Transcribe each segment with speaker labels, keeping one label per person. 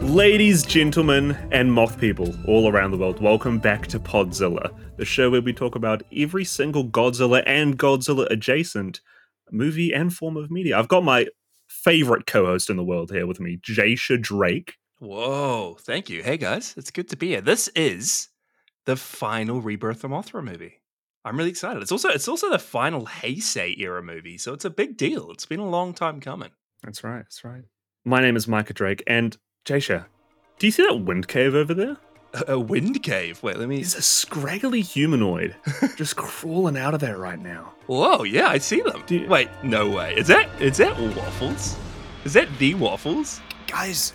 Speaker 1: Ladies, gentlemen, and moth people all around the world, welcome back to Podzilla, the show where we talk about every single Godzilla and Godzilla adjacent movie and form of media. I've got my favorite co host in the world here with me, Jasha Drake.
Speaker 2: Whoa, thank you. Hey guys, it's good to be here. This is the final Rebirth of Mothra movie. I'm really excited. It's also it's also the final Heisei era movie, so it's a big deal. It's been a long time coming.
Speaker 1: That's right, that's right. My name is Micah Drake, and Jasha, do you see that wind cave over there?
Speaker 2: A, a wind cave. Wait, let me.
Speaker 1: There's a scraggly humanoid just crawling out of there right now.
Speaker 2: Whoa, yeah, I see them.
Speaker 1: Do you-
Speaker 2: Wait, no way. Is that is that waffles? Is that the waffles?
Speaker 3: Guys,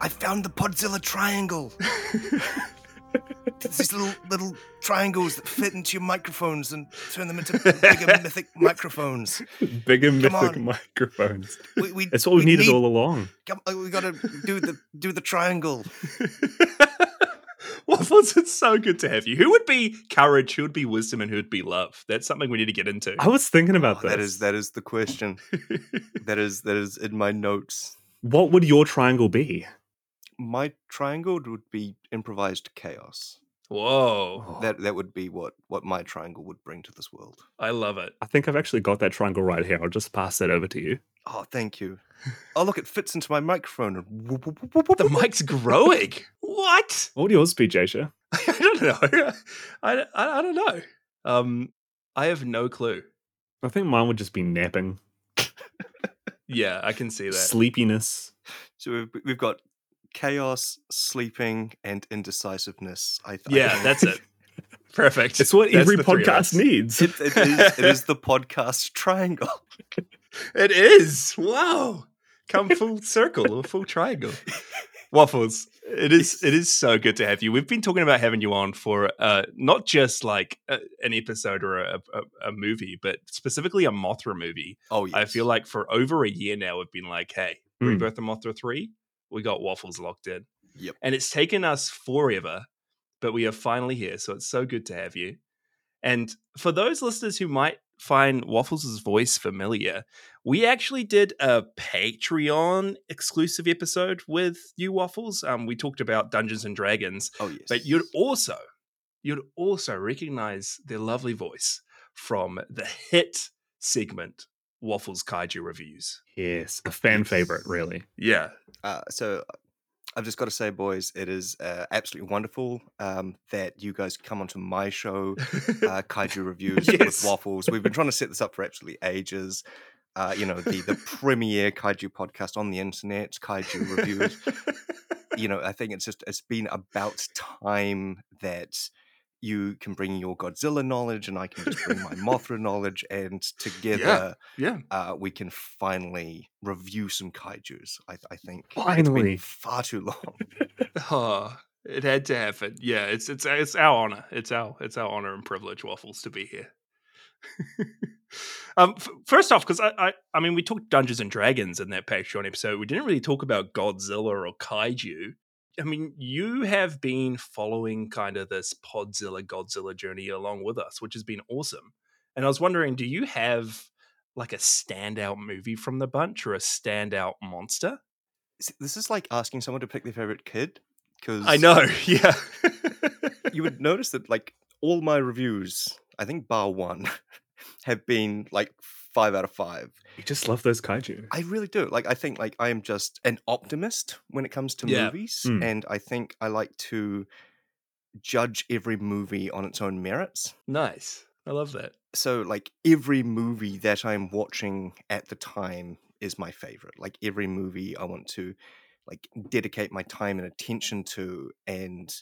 Speaker 3: I found the Podzilla triangle. It's these little little triangles that fit into your microphones and turn them into bigger mythic microphones.
Speaker 1: Bigger mythic
Speaker 3: on.
Speaker 1: microphones.
Speaker 3: We, we,
Speaker 1: That's what we've needed
Speaker 3: need-
Speaker 1: all along.
Speaker 3: come- uh, we gotta do the do the triangle.
Speaker 2: waffles, it's so good to have you. Who would be courage? Who would be wisdom? And who would be love? That's something we need to get into.
Speaker 1: I was thinking about this.
Speaker 3: Oh, that is that is the question. that is that is in my notes.
Speaker 1: What would your triangle be?
Speaker 3: My triangle would be improvised chaos.
Speaker 2: Whoa,
Speaker 3: That that would be what what my triangle would bring to this world.
Speaker 2: I love it.
Speaker 1: I think I've actually got that triangle right here. I'll just pass that over to you.
Speaker 3: Oh, thank you. Oh, look, it fits into my microphone. And whoop, whoop, whoop, whoop,
Speaker 2: The
Speaker 3: whoop.
Speaker 2: mic's growing. What?
Speaker 1: What would yours be, Jasha?
Speaker 2: I don't know. I, I, I don't know. Um, I have no clue.
Speaker 1: I think mine would just be napping,
Speaker 2: Yeah, I can see that.
Speaker 1: sleepiness.
Speaker 3: So we've, we've got chaos, sleeping, and indecisiveness. I th- I
Speaker 2: Yeah,
Speaker 3: think
Speaker 2: that's it. Perfect.
Speaker 1: It's what
Speaker 2: That's
Speaker 1: every
Speaker 2: the three of us.
Speaker 1: podcast needs.
Speaker 3: It, it, is, it is the podcast triangle.
Speaker 2: It is. Wow. Come full circle or full triangle. Waffles. It is. It is so good to have you. We've been talking about having you on for uh, not just like a, an episode or a, a, a movie, but specifically a Mothra movie.
Speaker 3: Oh, yes. Hmm.
Speaker 2: I feel like for over a year now, we've been like, hey,
Speaker 1: Mm.
Speaker 2: Rebirth of Mothra 3, we got waffles locked in.
Speaker 3: Yep.
Speaker 2: And it's taken us forever, but we are finally here. So it's so good to have you. And for those listeners who might find Waffles' voice familiar, we actually did a Patreon exclusive episode with you, Waffles. Um, we talked about Dungeons and Dragons,
Speaker 3: Oh, yes.
Speaker 2: but you'd also you'd also recognize their lovely voice from the hit segment Waffles Kaiju Reviews.
Speaker 1: Yes, a fan favorite, really.
Speaker 2: Yeah.
Speaker 3: Uh, so uh, I've just got to say, boys, it is uh, absolutely wonderful um, that you guys come onto my show, uh, Kaiju Reviews
Speaker 2: Yes.
Speaker 3: with Waffles. We've been trying to set this up for absolutely ages. Uh, you know, the, the premier Kaiju podcast on the internet, Kaiju Reviews. you know, I think it's just it's been about time that you can bring your Godzilla knowledge and I can just bring my Mothra knowledge, and together
Speaker 2: yeah.
Speaker 3: uh, we can finally review some kaiju's. I, I think it's been
Speaker 1: Finally.
Speaker 3: far too long.
Speaker 2: Oh, it had to happen. Yeah, it's it's it's our honor. It's our it's our honor and privilege, Waffles, to be here. um, f- first off, because I, I I mean we talked Dungeons and Dragons in that Patreon episode. We didn't really talk about Godzilla or Kaiju. I mean, you have been following kind of this Podzilla Godzilla journey along with us, which has been awesome. And I was wondering, do you have like a standout movie from the bunch or a standout monster?
Speaker 3: S- This is like asking someone to pick their favorite kid because
Speaker 2: I know, yeah.
Speaker 3: you would notice that like all my reviews, I think bar one, have been like five out of five.
Speaker 1: You just love those kaiju.
Speaker 3: I really do. Like I think like I am just an optimist when it comes to
Speaker 2: Yeah.
Speaker 3: movies
Speaker 1: Mm.
Speaker 3: and I think I like to judge every movie on its own merits.
Speaker 2: Nice. I love that.
Speaker 3: So like every movie that I'm watching at the time is my favorite. Like every movie I want to like dedicate my time and attention to and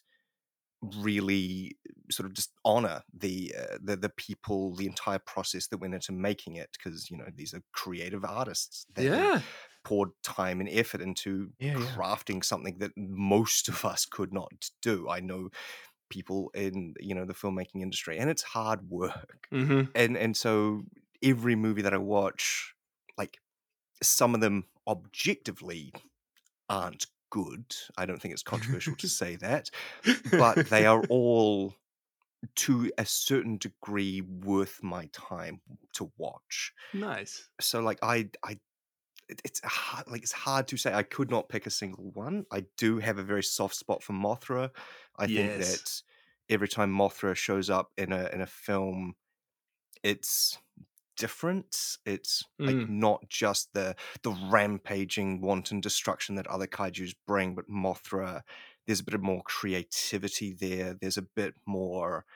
Speaker 3: really sort of just honor the uh, the the people the entire process that went into making it because you know these are creative artists that are poured time and effort into
Speaker 1: Yeah, yeah.
Speaker 3: crafting something that most of us could not do. I know people in you know the filmmaking industry, and it's hard work.
Speaker 2: Mm-hmm.
Speaker 3: And and so every movie that I watch, like some of them objectively aren't good. I don't think it's controversial to say that,
Speaker 2: Mm-hmm.
Speaker 3: but they are all to a certain degree worth my time to watch
Speaker 2: nice.
Speaker 3: so like i i it- it's a hard, like it's hard to say. I could not pick a single one. I do have a very soft spot for Mothra. I think
Speaker 2: Yes.
Speaker 3: that every time Mothra shows up in a in a film, it's different. It's like
Speaker 2: Mm.
Speaker 3: not just the the rampaging wanton destruction that other kaiju's bring, but Mothra. There's a bit of more creativity there. There's a bit more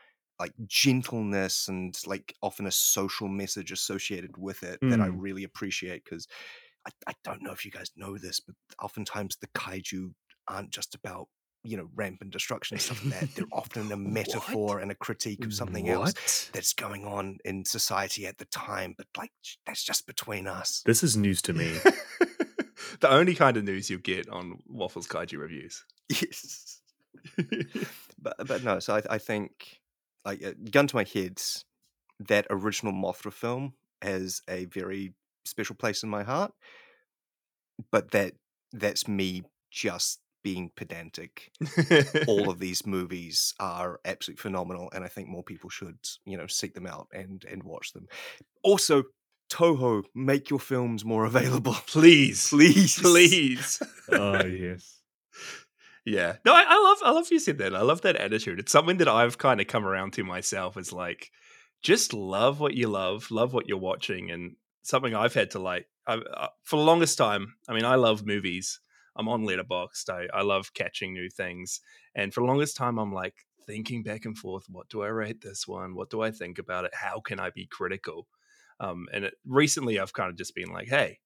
Speaker 3: like gentleness and like often a social message associated with it that I
Speaker 1: Mm.
Speaker 3: really appreciate because I, I don't know if you guys know this, but oftentimes the kaiju aren't just about you know rampant destruction and stuff like that. They're often a metaphor and a critique of something else
Speaker 2: What?
Speaker 3: that's going on in society at the time. But like sh- that's just between us.
Speaker 1: This is news to me.
Speaker 2: the only kind of news you get on Waffles Kaiju reviews.
Speaker 3: Yes. but but no. So I, I think like uh, gun to my head, that original Mothra film has a very special place in my heart. But that that's me just being pedantic all of these movies are absolutely phenomenal, and I think more people should, you know, seek them out and and watch them. Also, Toho, make your films more available,
Speaker 2: please,
Speaker 3: please,
Speaker 2: please.
Speaker 1: oh yes.
Speaker 2: Yeah. No, I, I love I love you said that. I love that attitude. It's something that I've kind of come around to myself is like just love what you love, love what you're watching and something I've had to like I, I, for the longest time. I mean, I love movies. I'm on Letterboxd. I, I love catching new things. And for the longest time I'm like thinking back and forth, what do I rate this one? What do I think about it? How can I be critical? Um, and it, recently I've kind of just been like, hey,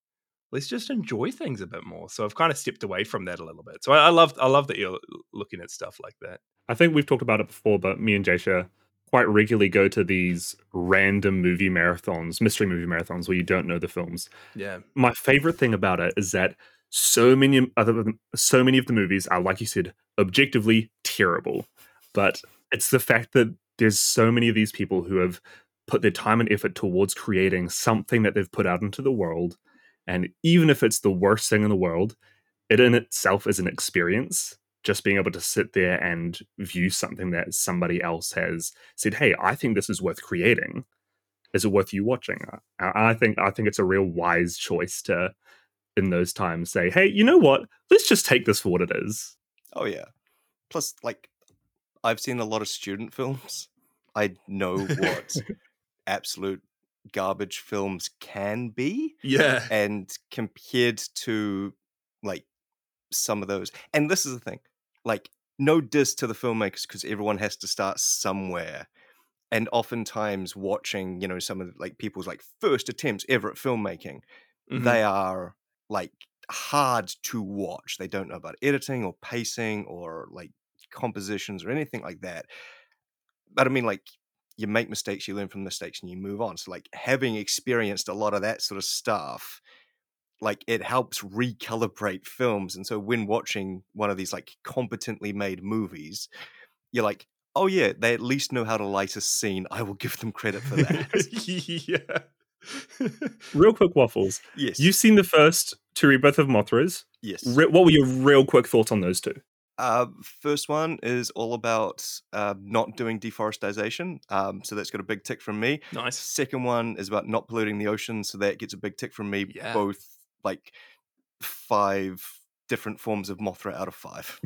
Speaker 2: let's just enjoy things a bit more. So I've kind of stepped away from that a little bit. So I, I love I love that you're looking at stuff like that.
Speaker 1: I think we've talked about it before, but me and Jasha quite regularly go to these random movie marathons, mystery movie marathons, where you don't know the films.
Speaker 2: Yeah.
Speaker 1: My favorite thing about it is that so many other so many of the movies are, like you said, objectively terrible. But it's the fact that there's so many of these people who have put their time and effort towards creating something that they've put out into the world. And even if it's the worst thing in the world, it in itself is an experience. Just being able to sit there and view something that somebody else has said, "Hey, I think this is worth creating. Is it worth you watching?" I, I think I think it's a real wise choice to, in those times, say, "Hey, you know what? Let's just take this for what it is."
Speaker 3: Oh yeah. Plus, like, I've seen a lot of student films. I know what absolute garbage films can be.
Speaker 2: Yeah.
Speaker 3: and compared to like some of those and this is the thing like no diss to the filmmakers because everyone has to start somewhere and oftentimes watching you know some of like people's like first attempts ever at filmmaking
Speaker 2: Mhm.
Speaker 3: they are like hard to watch they don't know about editing or pacing or like compositions or anything like that but i mean like you make mistakes you learn from mistakes and you move on so like having experienced a lot of that sort of stuff like it helps recalibrate films and so when watching one of these like competently made movies you're like oh yeah they at least know how to light a scene i will give them credit for that
Speaker 2: yeah.
Speaker 1: Real quick, waffles.
Speaker 3: yes
Speaker 1: You've seen the first two rebirth of Mothras.
Speaker 3: yes
Speaker 1: Re- what were your real quick thoughts on those two?
Speaker 3: Uh, first one is all about uh, not doing deforestation. Um, so that's got a big tick from me.
Speaker 2: nice.
Speaker 3: Second one is about not polluting the ocean. So that gets a big tick from me.
Speaker 2: Yeah.
Speaker 3: Both like five different forms of Mothra out of five.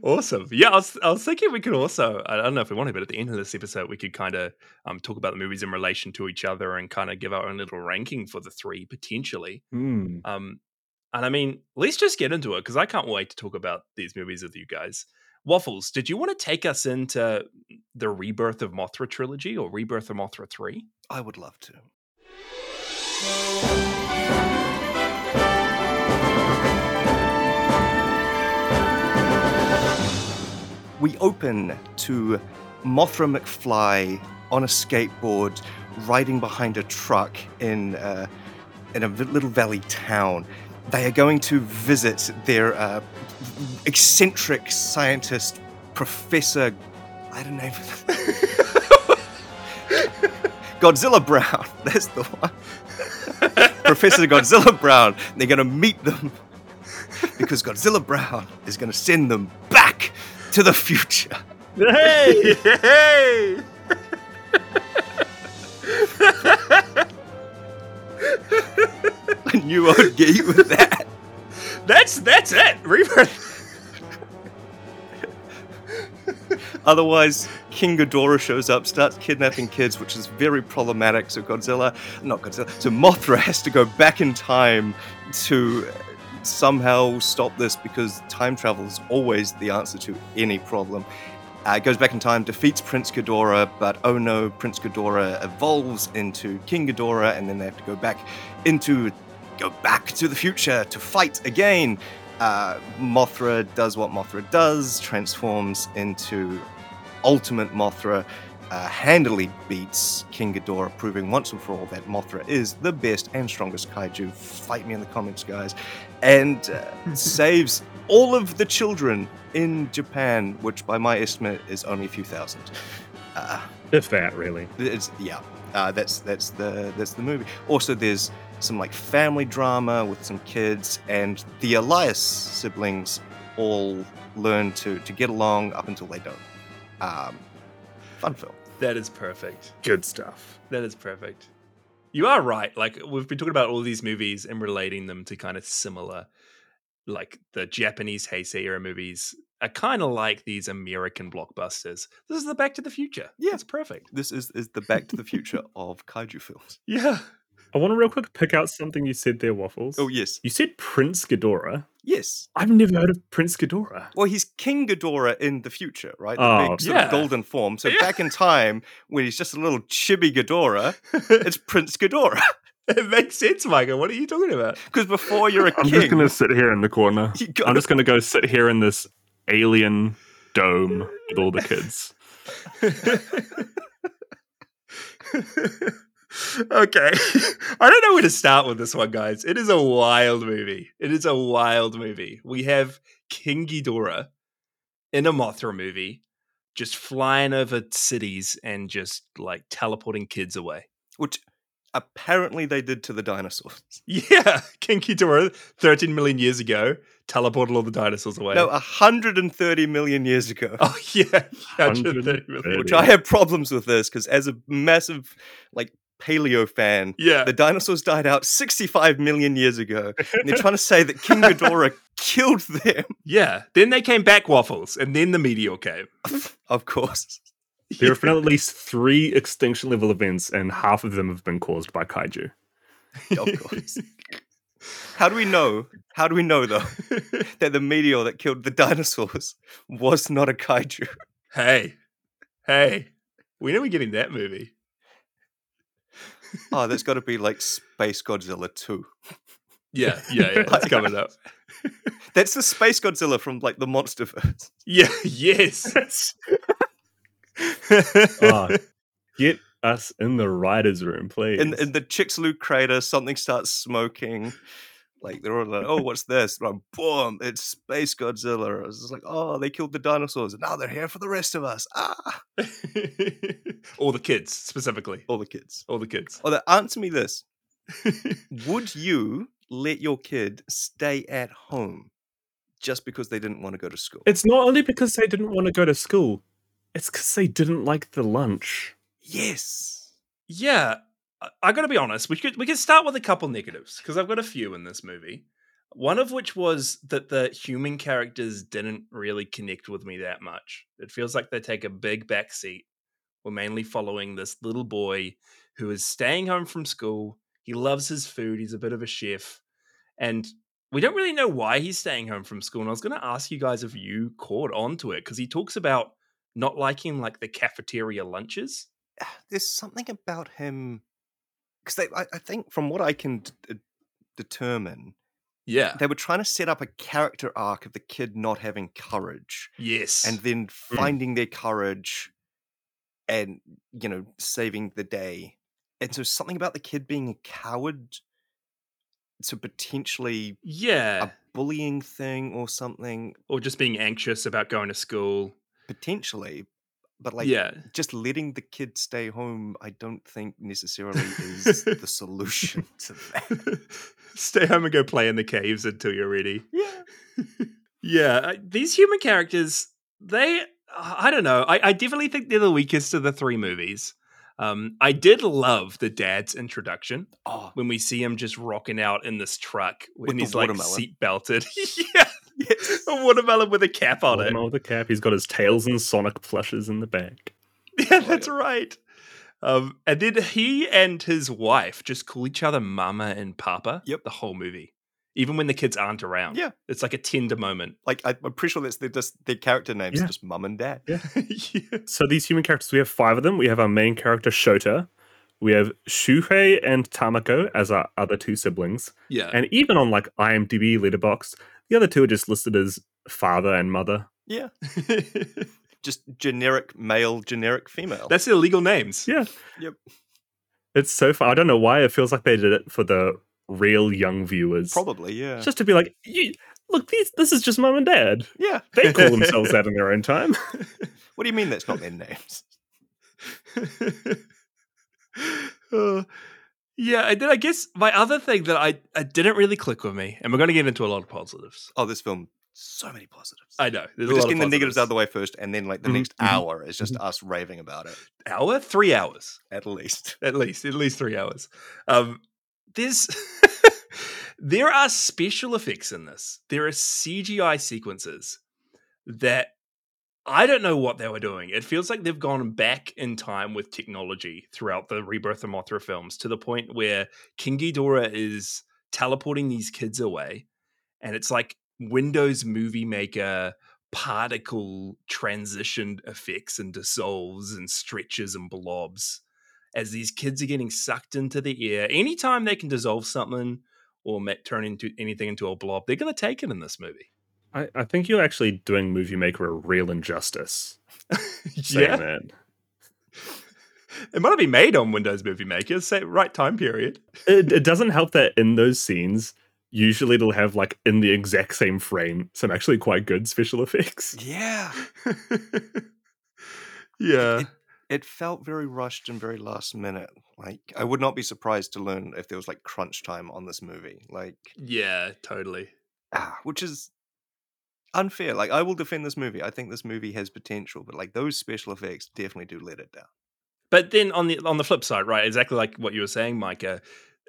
Speaker 2: awesome. Yeah, I was, I was thinking we could also I don't know if we want to, but at the end of this episode we could kind of um, talk about the movies in relation to each other and kind of give our own little ranking for the three potentially.
Speaker 1: Hmm.
Speaker 2: Um, and I mean, let's just get into it because I can't wait to talk about these movies with you guys. Waffles, did you want to take us into the Rebirth of Mothra trilogy or Rebirth of Mothra 3?
Speaker 3: I would love to. We open to Mothra McFly on a skateboard riding behind a truck in, uh, in a v- little valley town. They are going to visit their uh, eccentric scientist, Professor. I don't know. Godzilla Brown. That's the one. Professor Godzilla Brown. They're going to meet them because Godzilla Brown is going to send them back to the future.
Speaker 1: Hey!
Speaker 2: Hey!
Speaker 3: knew I'd get you with that.
Speaker 2: That's that's it. Rebirth.
Speaker 3: Otherwise, King Ghidorah shows up, starts kidnapping kids, which is very problematic. So Godzilla, not Godzilla, so Mothra has to go back in time to somehow stop this because time travel is always the answer to any problem. Uh, goes back in time, defeats Prince Ghidorah, but oh no, Prince Ghidorah evolves into King Ghidorah, and then they have to go back into go back to the future to fight again. Uh, Mothra does what Mothra does, transforms into Ultimate Mothra, uh, handily beats King Ghidorah, proving once and for all that Mothra is the best and strongest kaiju. Fight me in the comments, guys. And uh, saves all of the children in Japan, which by my estimate is only a few thousand. Uh,
Speaker 1: If that, really.
Speaker 3: it's yeah uh, that's that's the that's the movie also there's some like family drama with some kids and the elias siblings all learn to to get along up until they don't um fun film
Speaker 2: That is perfect.
Speaker 1: Good stuff.
Speaker 2: That is perfect. You are right. Like we've been talking about all these movies and relating them to kind of similar, like the Japanese Heisei era movies are kind of like these American blockbusters. This is the Back to the Future.
Speaker 3: Yeah.
Speaker 2: it's perfect.
Speaker 3: this is is the back to the future of kaiju films
Speaker 2: Yeah,
Speaker 1: I want to real quick pick out something you said there, Waffles.
Speaker 3: oh yes
Speaker 1: You said Prince Ghidorah.
Speaker 3: yes
Speaker 1: I've never heard of Prince Ghidorah.
Speaker 3: well, he's King Ghidorah in the future, right? The
Speaker 1: Oh,
Speaker 3: big sort
Speaker 2: yeah.
Speaker 3: of golden form. So
Speaker 2: Yeah.
Speaker 3: back in time, when he's just a little chibi Ghidorah, it's Prince Ghidorah.
Speaker 2: it makes sense, Michael. What are you talking about?
Speaker 3: Because before you're a
Speaker 1: I'm
Speaker 3: king,
Speaker 1: just going to sit here in the corner.
Speaker 3: you got
Speaker 1: I'm just going to go sit here in this alien dome with all the kids.
Speaker 2: okay. I don't know where to start with this one, guys. It is a wild movie. It is a wild movie. We have King Ghidorah in a Mothra movie, just flying over cities and just like teleporting kids away.
Speaker 3: which apparently they did to the dinosaurs.
Speaker 2: Yeah, King Ghidorah, 13 million years ago, teleported all the dinosaurs away.
Speaker 3: No, uh, 130 million years ago.
Speaker 2: oh, yeah. 130
Speaker 1: 130
Speaker 2: million.
Speaker 3: Which I have problems with this because as a massive like paleo fan,
Speaker 2: Yeah.
Speaker 3: the dinosaurs died out 65 million years ago. And they're trying to say that King Ghidorah killed them,
Speaker 2: Yeah. Then they came back, Waffles, and then the meteor came.
Speaker 3: of course.
Speaker 1: There have been at least three extinction level events, and half of them have been caused by kaiju.
Speaker 3: Of course. How do we know? How do we know though that the meteor that killed the dinosaurs was not a kaiju?
Speaker 2: Hey, hey, when are we getting that movie?
Speaker 3: Oh, that's got to be like Space Godzilla 2.
Speaker 2: Yeah, yeah, yeah. It's coming up.
Speaker 3: That's the Space Godzilla from like the MonsterVerse.
Speaker 2: Yeah, yes.
Speaker 1: Ah, Get us in the writer's room, please.
Speaker 3: in in the Chicxulub crater, something starts smoking. Like they're all like, "Oh, what's this?" And I'm, boom! It's Space Godzilla. It's just like, "Oh, they killed the dinosaurs, and now they're here for the rest of us." Ah,
Speaker 2: All the kids, specifically.
Speaker 3: all the kids.
Speaker 2: All the kids.
Speaker 3: Although, answer me this: Would you let your kid stay at home just because they didn't want to go to school?
Speaker 1: it's not only because they didn't want to go to school, it's because they didn't like the lunch.
Speaker 3: yes.
Speaker 2: yeah, I, I got to be honest. We could we could start with a couple negatives because I've got a few in this movie. One of which was that the human characters didn't really connect with me that much. It feels like they take a big backseat. We're mainly following this little boy who is staying home from school. He loves his food. He's a bit of a chef, and we don't really know why he's staying home from school. And I was going to ask you guys if you caught on to it because he talks about not liking like the cafeteria lunches.
Speaker 3: Ah, There's something about him because I, I think, from what I can d- d- determine,
Speaker 2: Yeah.
Speaker 3: they were trying to set up a character arc of the kid not having courage
Speaker 2: Yes.
Speaker 3: and then finding their courage and you know saving the day and so something about the kid being a coward so potentially
Speaker 2: yeah,
Speaker 3: a bullying thing or something
Speaker 2: or just being anxious about going to school.
Speaker 3: potentially but like
Speaker 2: yeah.
Speaker 3: just letting the kid stay home i don't think necessarily is the solution to that
Speaker 2: Stay home and go play in the caves until you're ready.
Speaker 3: yeah
Speaker 2: Yeah, I- these human uh, characters, they I I don't know. I, I definitely think they're the weakest of the three movies. Um, I did love the dad's introduction
Speaker 3: Oh,
Speaker 2: when we see him just rocking out in this truck when
Speaker 3: the
Speaker 2: he's like
Speaker 3: watermelon.
Speaker 2: seat belted. yeah, a watermelon with a cap on it.
Speaker 1: Watermelon with a cap. He's got his tails and Sonic plushes in the back.
Speaker 2: Yeah, that's right. Um, and then he and his wife just call each other mama and papa.
Speaker 3: Yep.
Speaker 2: The whole movie, even when the kids aren't around.
Speaker 3: Yeah.
Speaker 2: it's like a tender moment.
Speaker 3: like I, I'm pretty sure that's their just their character names,
Speaker 1: Yeah.
Speaker 3: just mum and dad.
Speaker 2: yeah.
Speaker 1: So these human characters, we have five of them. We have our main character Shota. We have Shuhei and Tamako as our other two siblings.
Speaker 2: yeah.
Speaker 1: And even on like IMDb Letterboxd, the other two are just listed as father and mother.
Speaker 3: Yeah, just generic male, generic female.
Speaker 2: that's their legal names.
Speaker 1: Yeah.
Speaker 3: Yep.
Speaker 1: It's so far. I don't know why it feels like they did it for the real young viewers.
Speaker 3: probably yeah.
Speaker 1: Just to be like, "You- look, these, this is just mum and dad.
Speaker 3: yeah.
Speaker 1: They call themselves that in their own time.
Speaker 3: What do you mean that's not their names?
Speaker 2: Uh, yeah, and then I guess my other thing that I, I didn't really click with me, and we're going to get into a lot of positives.
Speaker 3: Oh, this film so many positives.
Speaker 2: I know. There's
Speaker 3: We're
Speaker 2: a
Speaker 3: just
Speaker 2: lot
Speaker 3: getting
Speaker 2: of
Speaker 3: the negatives out of
Speaker 2: positives. Mm-hmm,
Speaker 3: the way first, and then like the
Speaker 1: Mhm,
Speaker 3: next
Speaker 1: mhm,
Speaker 3: hour is just us raving about it.
Speaker 2: Hour? Three hours.
Speaker 3: At least,
Speaker 2: at least at least three hours. Um, there's there are special effects in this. There are CGI sequences that I don't know what they were doing. It feels like they've gone back in time with technology throughout the Rebirth of Mothra films to the point where King Ghidorah is teleporting these kids away, and it's like Windows Movie Maker particle transitioned effects and dissolves and stretches and blobs as these kids are getting sucked into the air. Anytime they can dissolve something or ma- turn into anything into a blob, they're going to take it in this movie.
Speaker 1: I, I think you're actually doing Movie Maker a real injustice. Saying that.
Speaker 2: it might have been made on Windows Movie Maker, say right time period.
Speaker 1: It, it doesn't help that in those scenes, usually they'll have like in the exact same frame some actually quite good special effects.
Speaker 3: yeah.
Speaker 2: yeah,
Speaker 3: It, it felt very rushed and very last minute. Like I would not be surprised to learn if there was like crunch time on this movie. Like,
Speaker 2: yeah, totally.
Speaker 3: ah, which is unfair. Like I will defend this movie. I think this movie has potential, but like those special effects definitely do let it down.
Speaker 2: But then on the on the flip side, right, exactly like what you were saying, Micah.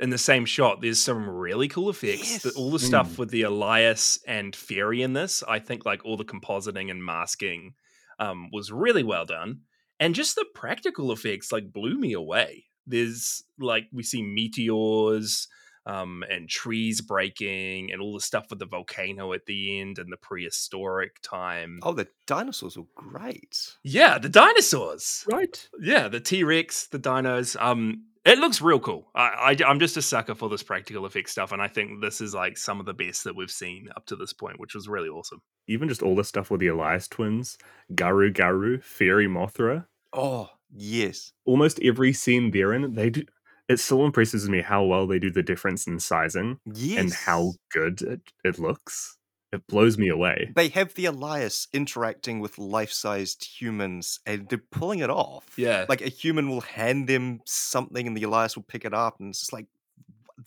Speaker 2: In the same shot, there's some really cool effects. The-
Speaker 3: Yes.
Speaker 2: all the stuff
Speaker 1: Mm.
Speaker 2: with the Elias and Fairy in this, I think, like all the compositing and masking, um, was really well done. And just the practical effects, like, blew me away. There's like we see meteors um, and trees breaking, and all the stuff with the volcano at the end and the prehistoric time.
Speaker 3: Oh, the dinosaurs were great.
Speaker 2: Yeah, the dinosaurs
Speaker 1: Right.
Speaker 2: yeah, the T Rex, the dinos. Um, it looks real cool. I, I, am just a sucker for this practical effect stuff, and I think this is like some of the best that we've seen up to this point, which was really awesome.
Speaker 1: Even just all the stuff with the Elias twins, Garu Garu, Fairy Mothra.
Speaker 3: Oh, yes.
Speaker 1: Almost every scene they're in, they do. It still impresses me how well they do the difference in sizing
Speaker 3: Yes.
Speaker 1: and how good it, it looks. It blows me away.
Speaker 3: they have the Elias interacting with life-sized humans and they're pulling it off.
Speaker 2: Yeah,
Speaker 3: Like a human will hand them something and the Elias will pick it up and it's just like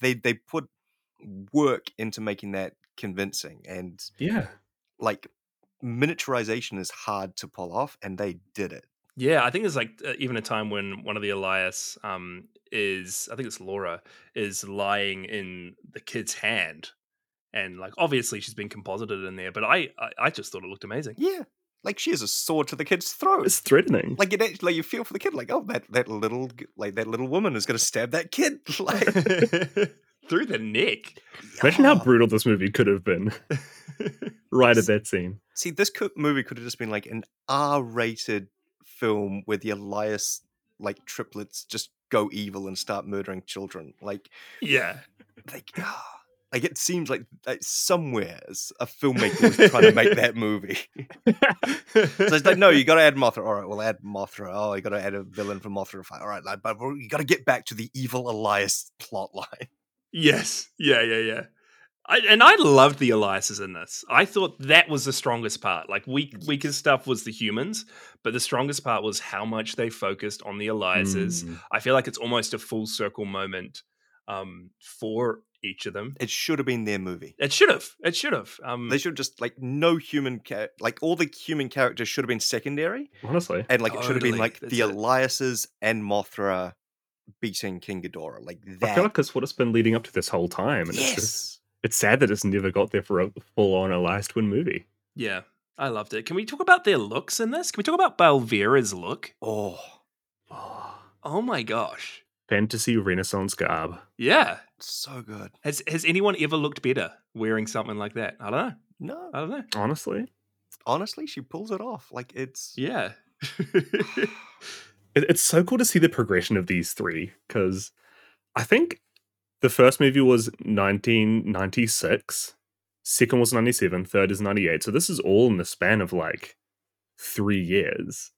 Speaker 3: they they put work into making that convincing and
Speaker 1: Yeah.
Speaker 3: like miniaturization is hard to pull off and they did it.
Speaker 2: yeah. I think there's like uh, even a time when one of the Elias um is, I think it's Laura, is lying in the kid's hand, and like obviously she's been composited in there, but I, I, I just thought it looked amazing.
Speaker 3: Yeah. Like she has a sword to the kid's throat.
Speaker 1: It's threatening.
Speaker 3: Like it actually, like you feel for the kid, like oh that that little g- like that little woman is gonna stab that kid. Like
Speaker 2: Through the neck.
Speaker 1: Imagine how
Speaker 3: yeah.
Speaker 1: brutal this movie could have been right at that scene.
Speaker 3: See, this could, movie could have just been like an R-rated film where the Elias like triplets just go evil and start murdering children. Like,
Speaker 2: yeah.
Speaker 3: like, ah, like it seems like, like somewhere s- a filmmaker was trying to make that movie. So it's like, no, you got to add Mothra. All right, we'll add Mothra. Oh, you got to add a villain for Mothra. Fine. All right, like, but we're- you got to get back to the evil Elias plot line.
Speaker 2: Yes. Yeah, yeah, yeah. I, and I loved the Eliases in this. I thought that was the strongest part. Like weak, weakest stuff was the humans, but the strongest part was how much they focused on the Eliases.
Speaker 1: Mm.
Speaker 2: I feel like it's almost a full circle moment um, for each of them.
Speaker 3: It should have been their movie.
Speaker 2: It should have. It should have. Um,
Speaker 3: They should just like no human char- like all the human characters should have been secondary,
Speaker 1: Honestly,
Speaker 3: and like it should have been
Speaker 2: Totally,
Speaker 3: like
Speaker 2: that's
Speaker 3: the
Speaker 2: it.
Speaker 3: Eliases and Mothra beating King Ghidorah, like
Speaker 1: I
Speaker 3: that.
Speaker 1: feel like that's what it's been leading up to this whole time. And it's, just,
Speaker 3: yes,
Speaker 1: it's sad that it's never got there for a full on Elias Twin movie.
Speaker 2: yeah, I loved it. Can we talk about their looks in this? Can we talk about Balvira's look?
Speaker 3: oh,
Speaker 2: Oh my gosh.
Speaker 1: Fantasy Renaissance garb.
Speaker 2: Yeah.
Speaker 3: so good.
Speaker 2: Has has anyone ever looked better wearing something like that? I don't know.
Speaker 3: No,
Speaker 2: I don't know.
Speaker 1: Honestly,
Speaker 3: honestly, she pulls it off. Like it's
Speaker 2: Yeah.
Speaker 1: it, it's so cool to see the progression of these three because I think the first movie was 1996, second was 97, third is 98. So this is all in the span of like three years.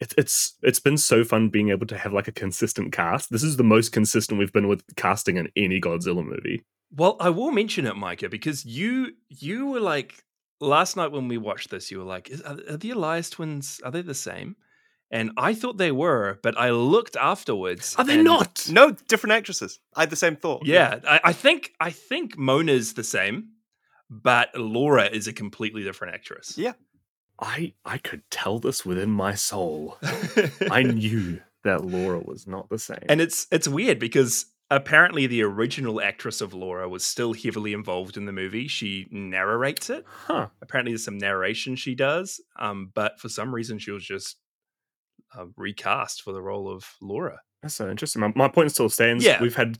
Speaker 1: It's it's it's been so fun being able to have like a consistent cast. This is the most consistent we've been with casting in any Godzilla movie.
Speaker 2: well, I will mention it, Micah, because you you were like last night when we watched this, you were like, "Is- are, are the Elias twins are they the same? And I thought they were, but I looked afterwards. and-
Speaker 3: no different actresses. I had the same thought.
Speaker 2: Yeah, I, I think I think Mona's the same, but Laura is a completely different actress.
Speaker 3: Yeah.
Speaker 1: I I could tell this within my soul. I
Speaker 2: I
Speaker 1: knew that Laura was not the same.
Speaker 2: and it's it's weird because apparently the original actress of Laura was still heavily involved in the movie. She narrates it.
Speaker 1: huh.
Speaker 2: Apparently, there's some narration she does, um, but for some reason, she was just uh, recast for the role of Laura.
Speaker 1: That's so interesting. My, my point still stands.
Speaker 2: Yeah.
Speaker 1: We've had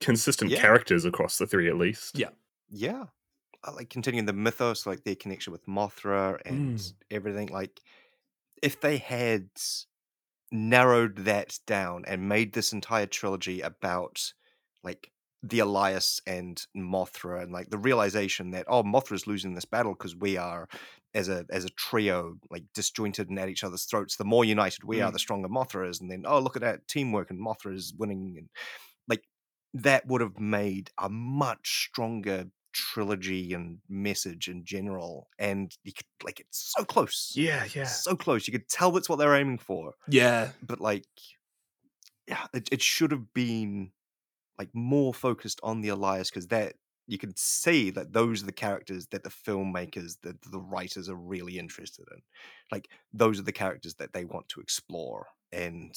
Speaker 1: consistent
Speaker 3: Yeah.
Speaker 1: characters across the three at least.
Speaker 2: Yeah.
Speaker 3: yeah I like continuing the mythos like their connection with mothra and
Speaker 1: Mm.
Speaker 3: everything like if they had narrowed that down and made this entire trilogy about like the elias and mothra and like the realization that oh mothra's losing this battle because we are as a as a trio like disjointed and at each other's throats the more united we are
Speaker 2: Mm.
Speaker 3: the stronger mothra is and then oh look at that teamwork and mothra is winning and like that would have made a much stronger trilogy and message in general and you could like it's so close
Speaker 1: Yeah, yeah.
Speaker 3: so close you could tell that's what they're aiming for
Speaker 2: Yeah,
Speaker 3: but like yeah it, it should have been like more focused on the elias because that you can see that those are the characters that the filmmakers that the writers are really interested in like those are the characters that they want to explore and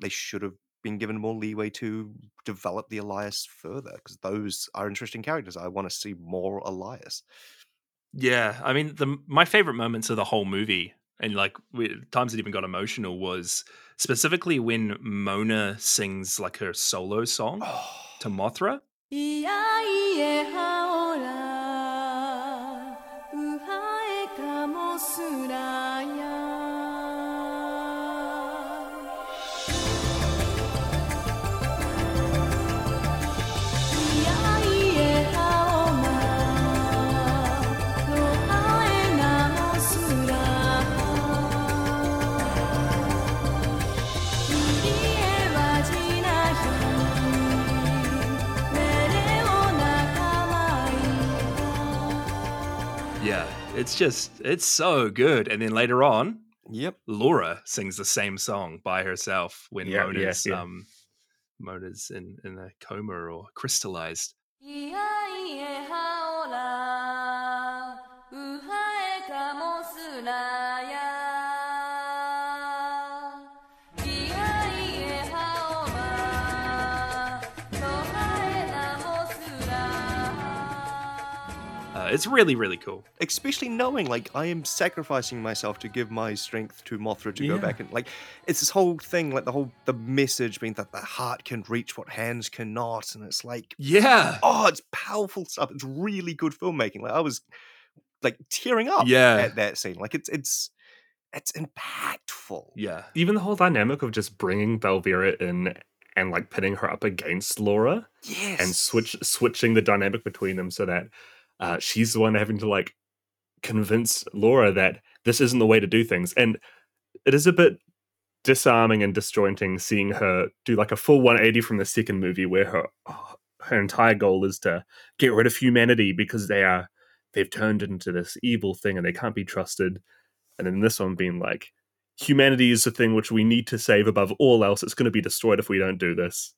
Speaker 3: they should have been given more leeway to develop the elias further because those are interesting characters i want to see more elias
Speaker 2: Yeah, I mean, the my favorite moments of the whole movie, and like we, times it even got emotional, was specifically when Mona sings like her solo song to Mothra.
Speaker 4: いやいえはおらうはえかもすらや
Speaker 2: Yeah, it's just it's so good. And then later on,
Speaker 3: yep
Speaker 2: Laura sings the same song by herself when
Speaker 1: Yeah, yeah,
Speaker 2: Mona's
Speaker 1: yeah.
Speaker 2: um Mona's in in a coma or crystallized.
Speaker 4: いやいえはおらうはえかもすらやいやいえはおらとはえなもすら
Speaker 2: Uh, it's really really cool.
Speaker 3: especially knowing like I am sacrificing myself to give my strength to Mothra to go
Speaker 1: Yeah.
Speaker 3: back and like it's this whole thing like the whole the message being that the heart can reach what hands cannot and it's like
Speaker 2: Yeah.
Speaker 3: oh it's powerful stuff it's really good filmmaking like I was like tearing up
Speaker 2: Yeah.
Speaker 3: at that scene like it's it's it's impactful
Speaker 2: Yeah.
Speaker 1: Even the whole dynamic of just bringing Belvira in and like pitting her up against Laura
Speaker 3: yes
Speaker 1: and switch switching the dynamic between them so that uh, she's the one having to like convince Laura that this isn't the way to do things. And it is a bit disarming and disjointing seeing her do like a full 180 from the second movie where her oh, her entire goal is to get rid of humanity because they are they've turned into this evil thing and they can't be trusted. And then this one being like humanity is the thing which we need to save above all else. It's going to be destroyed if we don't do this.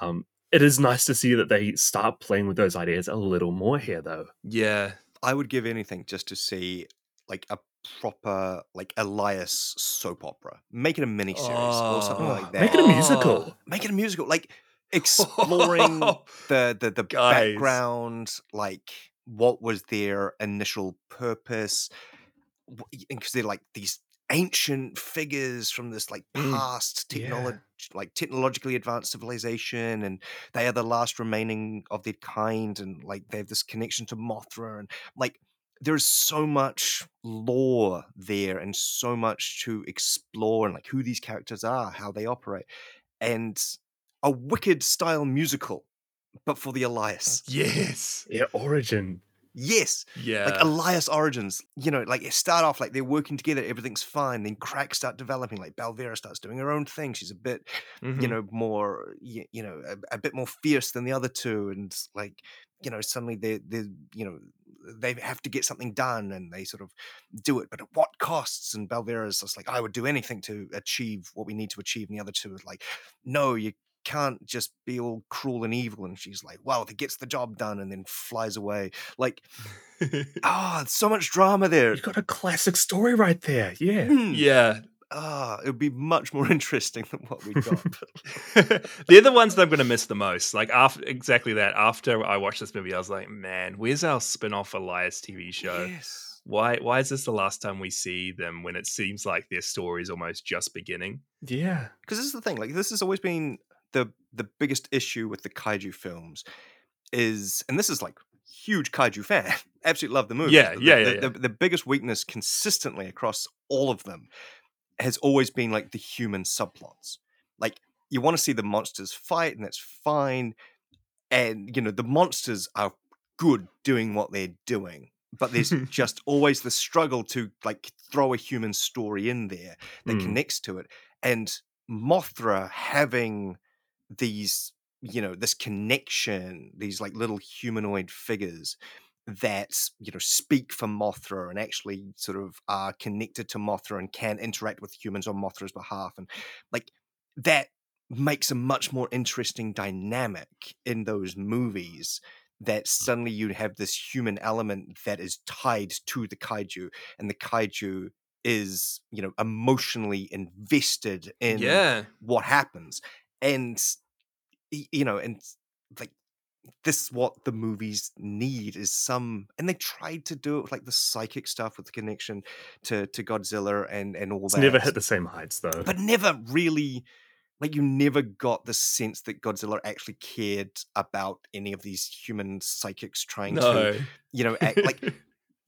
Speaker 1: Um, It is nice to see that they start playing with those ideas a little more here, though.
Speaker 2: Yeah.
Speaker 3: I would give anything just to see like a proper like Elias soap opera. Make it a mini series or something
Speaker 2: Oh.
Speaker 3: like that.
Speaker 1: Make it a musical.
Speaker 3: Make it a musical. Like exploring the the, the
Speaker 2: Guys.
Speaker 3: background, like what was their initial purpose? Because they're like these ancient figures from this like
Speaker 1: Mm,
Speaker 3: past
Speaker 1: yeah.
Speaker 3: technology, like technologically advanced civilization, and they are the last remaining of their kind, and like they have this connection to Mothra, and like there's so much lore there, and so much to explore, and like who these characters are, how they operate, and a wicked style musical, but for the Elias.
Speaker 2: Yes.
Speaker 1: Yeah, Origin.
Speaker 3: Yes,
Speaker 2: Yeah.
Speaker 3: like Elias Origins, you know, like it start off like they're working together, everything's fine, then cracks start developing, like Balvera starts doing her own thing. She's a bit, you
Speaker 2: Mhm.
Speaker 3: know, more, you, you know, a, a bit more fierce than the other two, and like, you know, suddenly they, they, you know, they have to get something done, and they sort of do it, but at what costs? And Balvera's just like, I would do anything to achieve what we need to achieve, and the other two are like, no, you can't just be all cruel and evil. And she's like, well, if it gets the job done, and then flies away, like.
Speaker 2: Mm-hmm.
Speaker 3: Ah, so much drama there.
Speaker 1: You've got a classic story right there. Yeah.
Speaker 3: Mm.
Speaker 2: yeah.
Speaker 3: Ah, it would be much more interesting than what we got.
Speaker 2: They're the ones that I'm going to miss the most. Like after exactly that. After I watched this movie, I was like, man, where's our spin-off Elias TV show?
Speaker 3: yes.
Speaker 2: Why why is this the last time we see them when it seems like their story is almost just beginning?
Speaker 1: Yeah.
Speaker 3: Because this is the thing, like this has always been the the biggest issue with the kaiju films is and this is like huge kaiju fan. Absolutely love the movie.
Speaker 2: Yeah,
Speaker 3: the,
Speaker 2: yeah,
Speaker 3: the,
Speaker 2: yeah,
Speaker 3: the, the biggest weakness consistently across all of them has always been like the human subplots. Like you want to see the monsters fight, and that's fine. And you know the monsters are good doing what they're doing, but there's just always the struggle to like throw a human story in there that
Speaker 1: Mm.
Speaker 3: connects to it. And Mothra having these, you know, this connection, these like little humanoid figures that you know speak for Mothra and actually sort of are connected to Mothra and can interact with humans on Mothra's behalf, and like that makes a much more interesting dynamic in those movies. That suddenly you have this human element that is tied to the kaiju, and the kaiju is you know emotionally invested in
Speaker 2: yeah.
Speaker 3: what happens and y- you know and like this is what the movies need is some and they tried to do it with like the psychic stuff with the connection to to godzilla and and all
Speaker 1: It's
Speaker 3: that
Speaker 1: never hit the same heights, though.
Speaker 3: but never really like you never got the sense that godzilla actually cared about any of these human psychics trying to
Speaker 2: No.
Speaker 3: you know act, like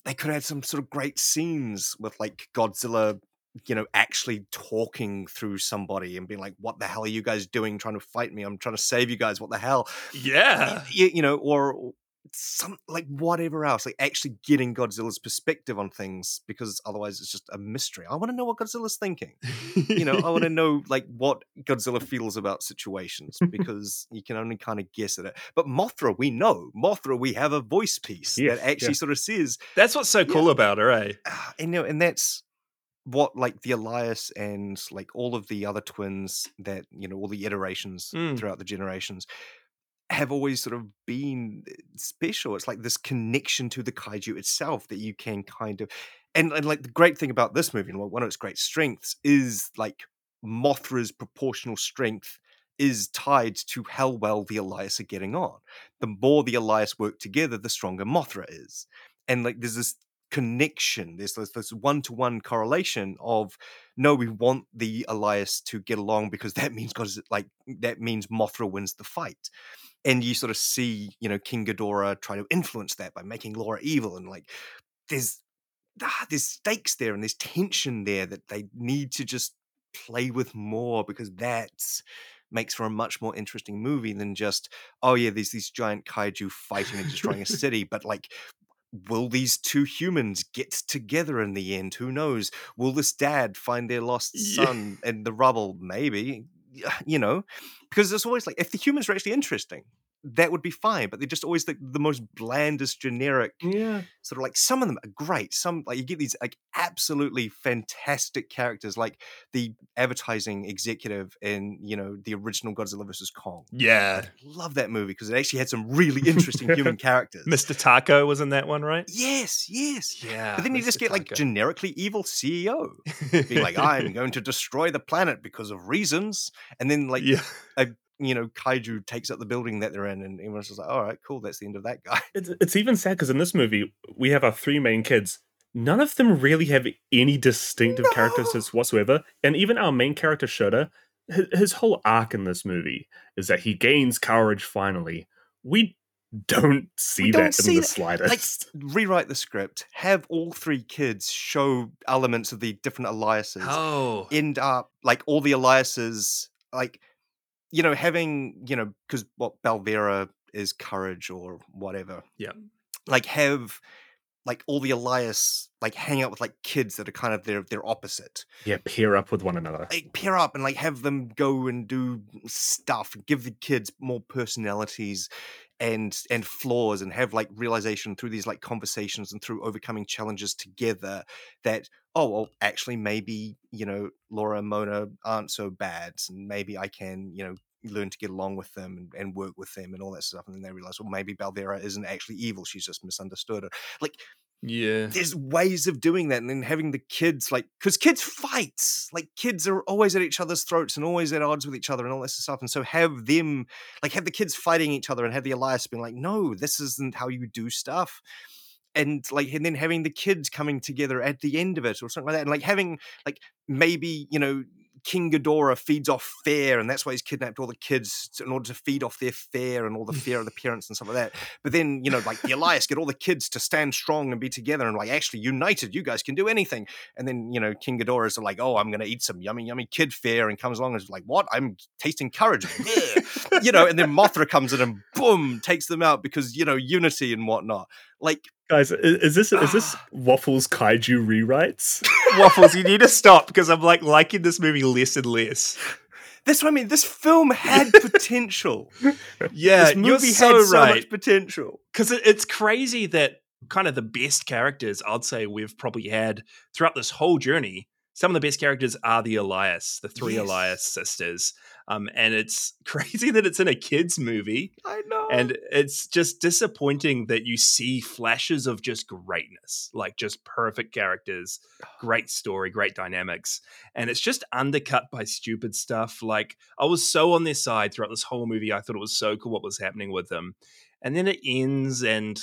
Speaker 3: they could have some sort of great scenes with like Godzilla, you know, actually talking through somebody and being like, "What the hell are you guys doing? Trying to fight me? I'm trying to save you guys. What the hell?"
Speaker 2: yeah.
Speaker 3: You, you know, or some like whatever else, like actually getting Godzilla's perspective on things because otherwise it's just a mystery. I want to know what Godzilla's thinking. You know, I want to know like what Godzilla feels about situations because you can only kind of guess at it. But Mothra, we know Mothra, we have a voice piece
Speaker 1: Yes,
Speaker 3: that actually
Speaker 1: yeah.
Speaker 3: sort of says
Speaker 2: That's what's so cool about her, eh?
Speaker 3: Ah, and you know, and that's what like the Elias and like all of the other twins that you know all the iterations
Speaker 2: Mm.
Speaker 3: throughout the generations have always sort of been eh, special. It's like this connection to the kaiju itself that you can kind of and and like the great thing about this movie and one of its great strengths is like Mothra's proportional strength is tied to how well the Elias are getting on. The more the Elias work together, the stronger Mothra is. And like there's this connection. There's this, this one-to-one correlation of no, we want the Elias to get along because that means because like that means Mothra wins the fight. And you sort of see, you know, King Ghidorah try to influence that by making Laura evil, and like there's ah, there's stakes there and there's tension there that they need to just play with more because that makes for a much more interesting movie than just oh yeah, there's these giant kaiju fighting and destroying a city, but like will these two humans get together in the end? Who knows? Will this dad find their lost
Speaker 2: Yeah.
Speaker 3: son in the rubble? Maybe, Yeah, you know, because it's always like if the humans are actually interesting, that would be fine. But they're just always the, the most blandest, generic
Speaker 2: Mm.
Speaker 1: Yeah.
Speaker 3: sort of like some of them are great. Some like you get these like absolutely fantastic characters, like the advertising executive in you know the original Godzilla vs Kong.
Speaker 2: Yeah.
Speaker 3: Love that movie because it actually had some really interesting human characters.
Speaker 2: Mr. Taco was in that one, right?
Speaker 3: Yes, yes.
Speaker 2: Yeah.
Speaker 3: But then you
Speaker 2: Mr.
Speaker 3: just get like
Speaker 2: Taco.
Speaker 3: generically evil E CEO being like, "Ah, "I'm going to destroy the planet because of reasons," and then like
Speaker 2: yeah.
Speaker 3: you know, Kaiju takes up the building that they're in, and everyone's just like, "All right, cool, that's the end of that guy."
Speaker 1: It's, it's even sad because in this movie, we have our three main kids. None of them really have any distinctive
Speaker 3: No.
Speaker 1: characteristics whatsoever. And even our main character, Shudder, his, his whole arc in this movie is that he gains courage finally. We don't see
Speaker 3: don't
Speaker 1: that
Speaker 3: see
Speaker 1: in the
Speaker 3: that.
Speaker 1: slightest.
Speaker 3: like rewrite the script, have all three kids show elements of the different Eliases,
Speaker 2: Oh.
Speaker 3: end up like all the Eliases, like you know, having you know, because what Balvera is courage or whatever.
Speaker 2: Yep.
Speaker 3: like have like all the Elias like hang out with like kids that are kind of their their opposite
Speaker 1: yeah, pair up with one another.
Speaker 3: like pair up and like have them go and do stuff give the kids more personalities and and flaws and have like realization through these like conversations and through overcoming challenges together that oh well actually maybe you know laura and mona aren't so bad and maybe i can you know learn to get along with them and, and work with them and all that stuff and then they realize well maybe balvera isn't actually evil she's just misunderstood or like
Speaker 2: Yeah.
Speaker 3: there's ways of doing that and then having the kids like because kids fight like kids are always at each other's throats and always at odds with each other and all this stuff and so have them like have the kids fighting each other and have the elias being like no this isn't how you do stuff and like and then having the kids coming together at the end of it or something like that and like having like maybe you know King Ghidorah feeds off fear, and that's why he's kidnapped all the kids in order to feed off their fear and all the fear of the parents and stuff like that. But then, you know, like the Elias get all the kids to stand strong and be together and like actually united, you guys can do anything. And then, you know, King Ghidorah is like, oh, I'm gonna eat some yummy, yummy kid fare, and comes along and is like, what? I'm tasting courage. Bleh." you know, and then Mothra comes in and boom, takes them out because, you know, unity and whatnot. Like
Speaker 1: Guys, i- is this is this
Speaker 3: Ah.
Speaker 1: Waffles Kaiju rewrites?
Speaker 2: Waffles, you need to stop because I'm like liking this movie less and less.
Speaker 3: that's what I mean. This film had potential.
Speaker 2: Yeah,
Speaker 3: this
Speaker 2: you're
Speaker 3: movie
Speaker 2: so
Speaker 3: had so
Speaker 2: right.
Speaker 3: much potential.
Speaker 2: because it, it's crazy that kind of the best characters I'd say we've probably had throughout this whole journey. Some of the best characters are the Elias, the three
Speaker 3: Yes.
Speaker 2: Elias sisters, um, and it's crazy that it's in a kids movie,
Speaker 3: I know.
Speaker 2: and it's just disappointing that you see flashes of just greatness, like just perfect characters, great story, great dynamics, and it's just undercut by stupid stuff. Like I was so on their side throughout this whole movie. I thought it was so cool what was happening with them. And then it ends, and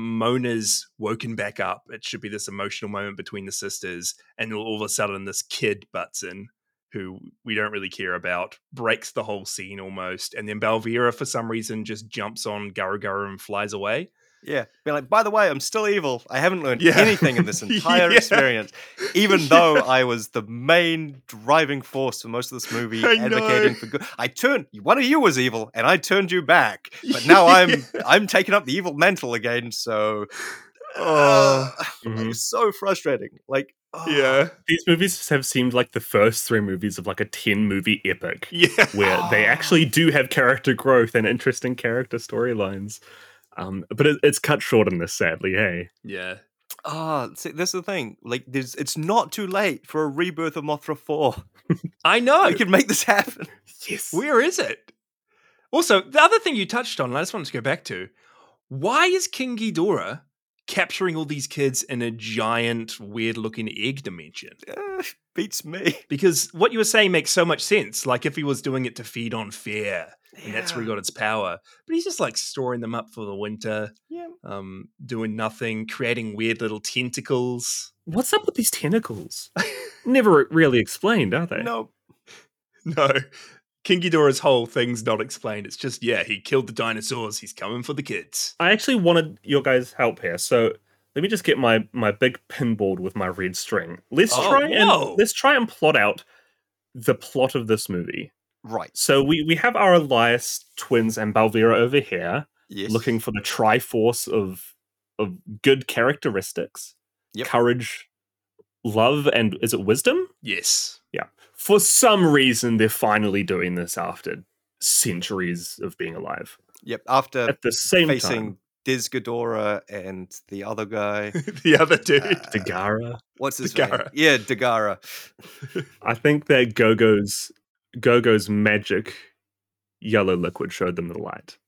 Speaker 2: Mona's woken back up. It should be this emotional moment between the sisters, and all of a sudden, this kid butts in, who we don't really care about, breaks the whole scene almost. And then Balvira, for some reason, just jumps on Garu Garu and flies away.
Speaker 3: Yeah. Be like, by the way, I'm still evil. I haven't learned
Speaker 2: Yeah.
Speaker 3: anything in this entire
Speaker 2: Yeah.
Speaker 3: experience, even
Speaker 2: Yeah.
Speaker 3: though I was the main driving force for most of this movie,
Speaker 2: I
Speaker 3: advocating
Speaker 2: know.
Speaker 3: for good. I turned one of you was evil, and I turned you back. But now I'm I'm taking up the evil mantle again. So,
Speaker 2: Oh.
Speaker 3: uh, like, it's so frustrating. Like, oh,
Speaker 2: Yeah.
Speaker 1: Mm-hmm. These movies have seemed like the first three movies of like a ten movie epic.
Speaker 2: Yeah.
Speaker 1: where they
Speaker 3: Ah.
Speaker 1: actually do have character growth and interesting character storylines. Um, but it, it's cut short in this, sadly. Hey,
Speaker 2: Yeah.
Speaker 3: Ah, see, that's the thing. Like, there's it's not too late for a rebirth of Mothra Four.
Speaker 2: I know.
Speaker 3: We can make this happen.
Speaker 1: yes,
Speaker 2: Where is it? Also, the other thing you touched on, and I just wanted to go back to why is King Ghidorah capturing all these kids in a giant, weird looking egg dimension?
Speaker 3: Eh, beats me.
Speaker 2: Because what you were saying makes so much sense. Like, if he was doing it to feed on fear, and that's where he
Speaker 3: Yeah.
Speaker 2: got its power. But he's just like storing them up for the winter,
Speaker 3: Yeah.
Speaker 2: um, doing nothing, creating weird little tentacles.
Speaker 1: what's up with these tentacles? Never really explained, are they?
Speaker 3: No,
Speaker 2: Eh. No. King Ghidorah's whole thing's not explained. It's just, yeah, he killed the dinosaurs. He's coming for the kids.
Speaker 1: I actually wanted your guys' help here, so let me just get my my big pinboard with my red string. Let's
Speaker 2: Oh,
Speaker 1: try
Speaker 2: whoa.
Speaker 1: and let's try and plot out the plot of this movie.
Speaker 3: right.
Speaker 1: So we we have our Elias twins and Balvira over here.
Speaker 3: Yes.
Speaker 1: looking for the triforce of of good characteristics
Speaker 3: Yep.
Speaker 1: courage love and is it wisdom
Speaker 2: Yes.
Speaker 1: for some reason they're finally doing this after centuries of being alive
Speaker 3: Yep. After
Speaker 1: at the same
Speaker 3: facing
Speaker 1: time.
Speaker 3: Diz Ghidorah and the other guy,
Speaker 2: the other dude.
Speaker 3: uh,
Speaker 1: Dagara.
Speaker 3: what's his name?
Speaker 2: Dagara.
Speaker 3: Yeah, Dagara.
Speaker 1: I think that Gogo's Gogo's magic yellow liquid showed them the light.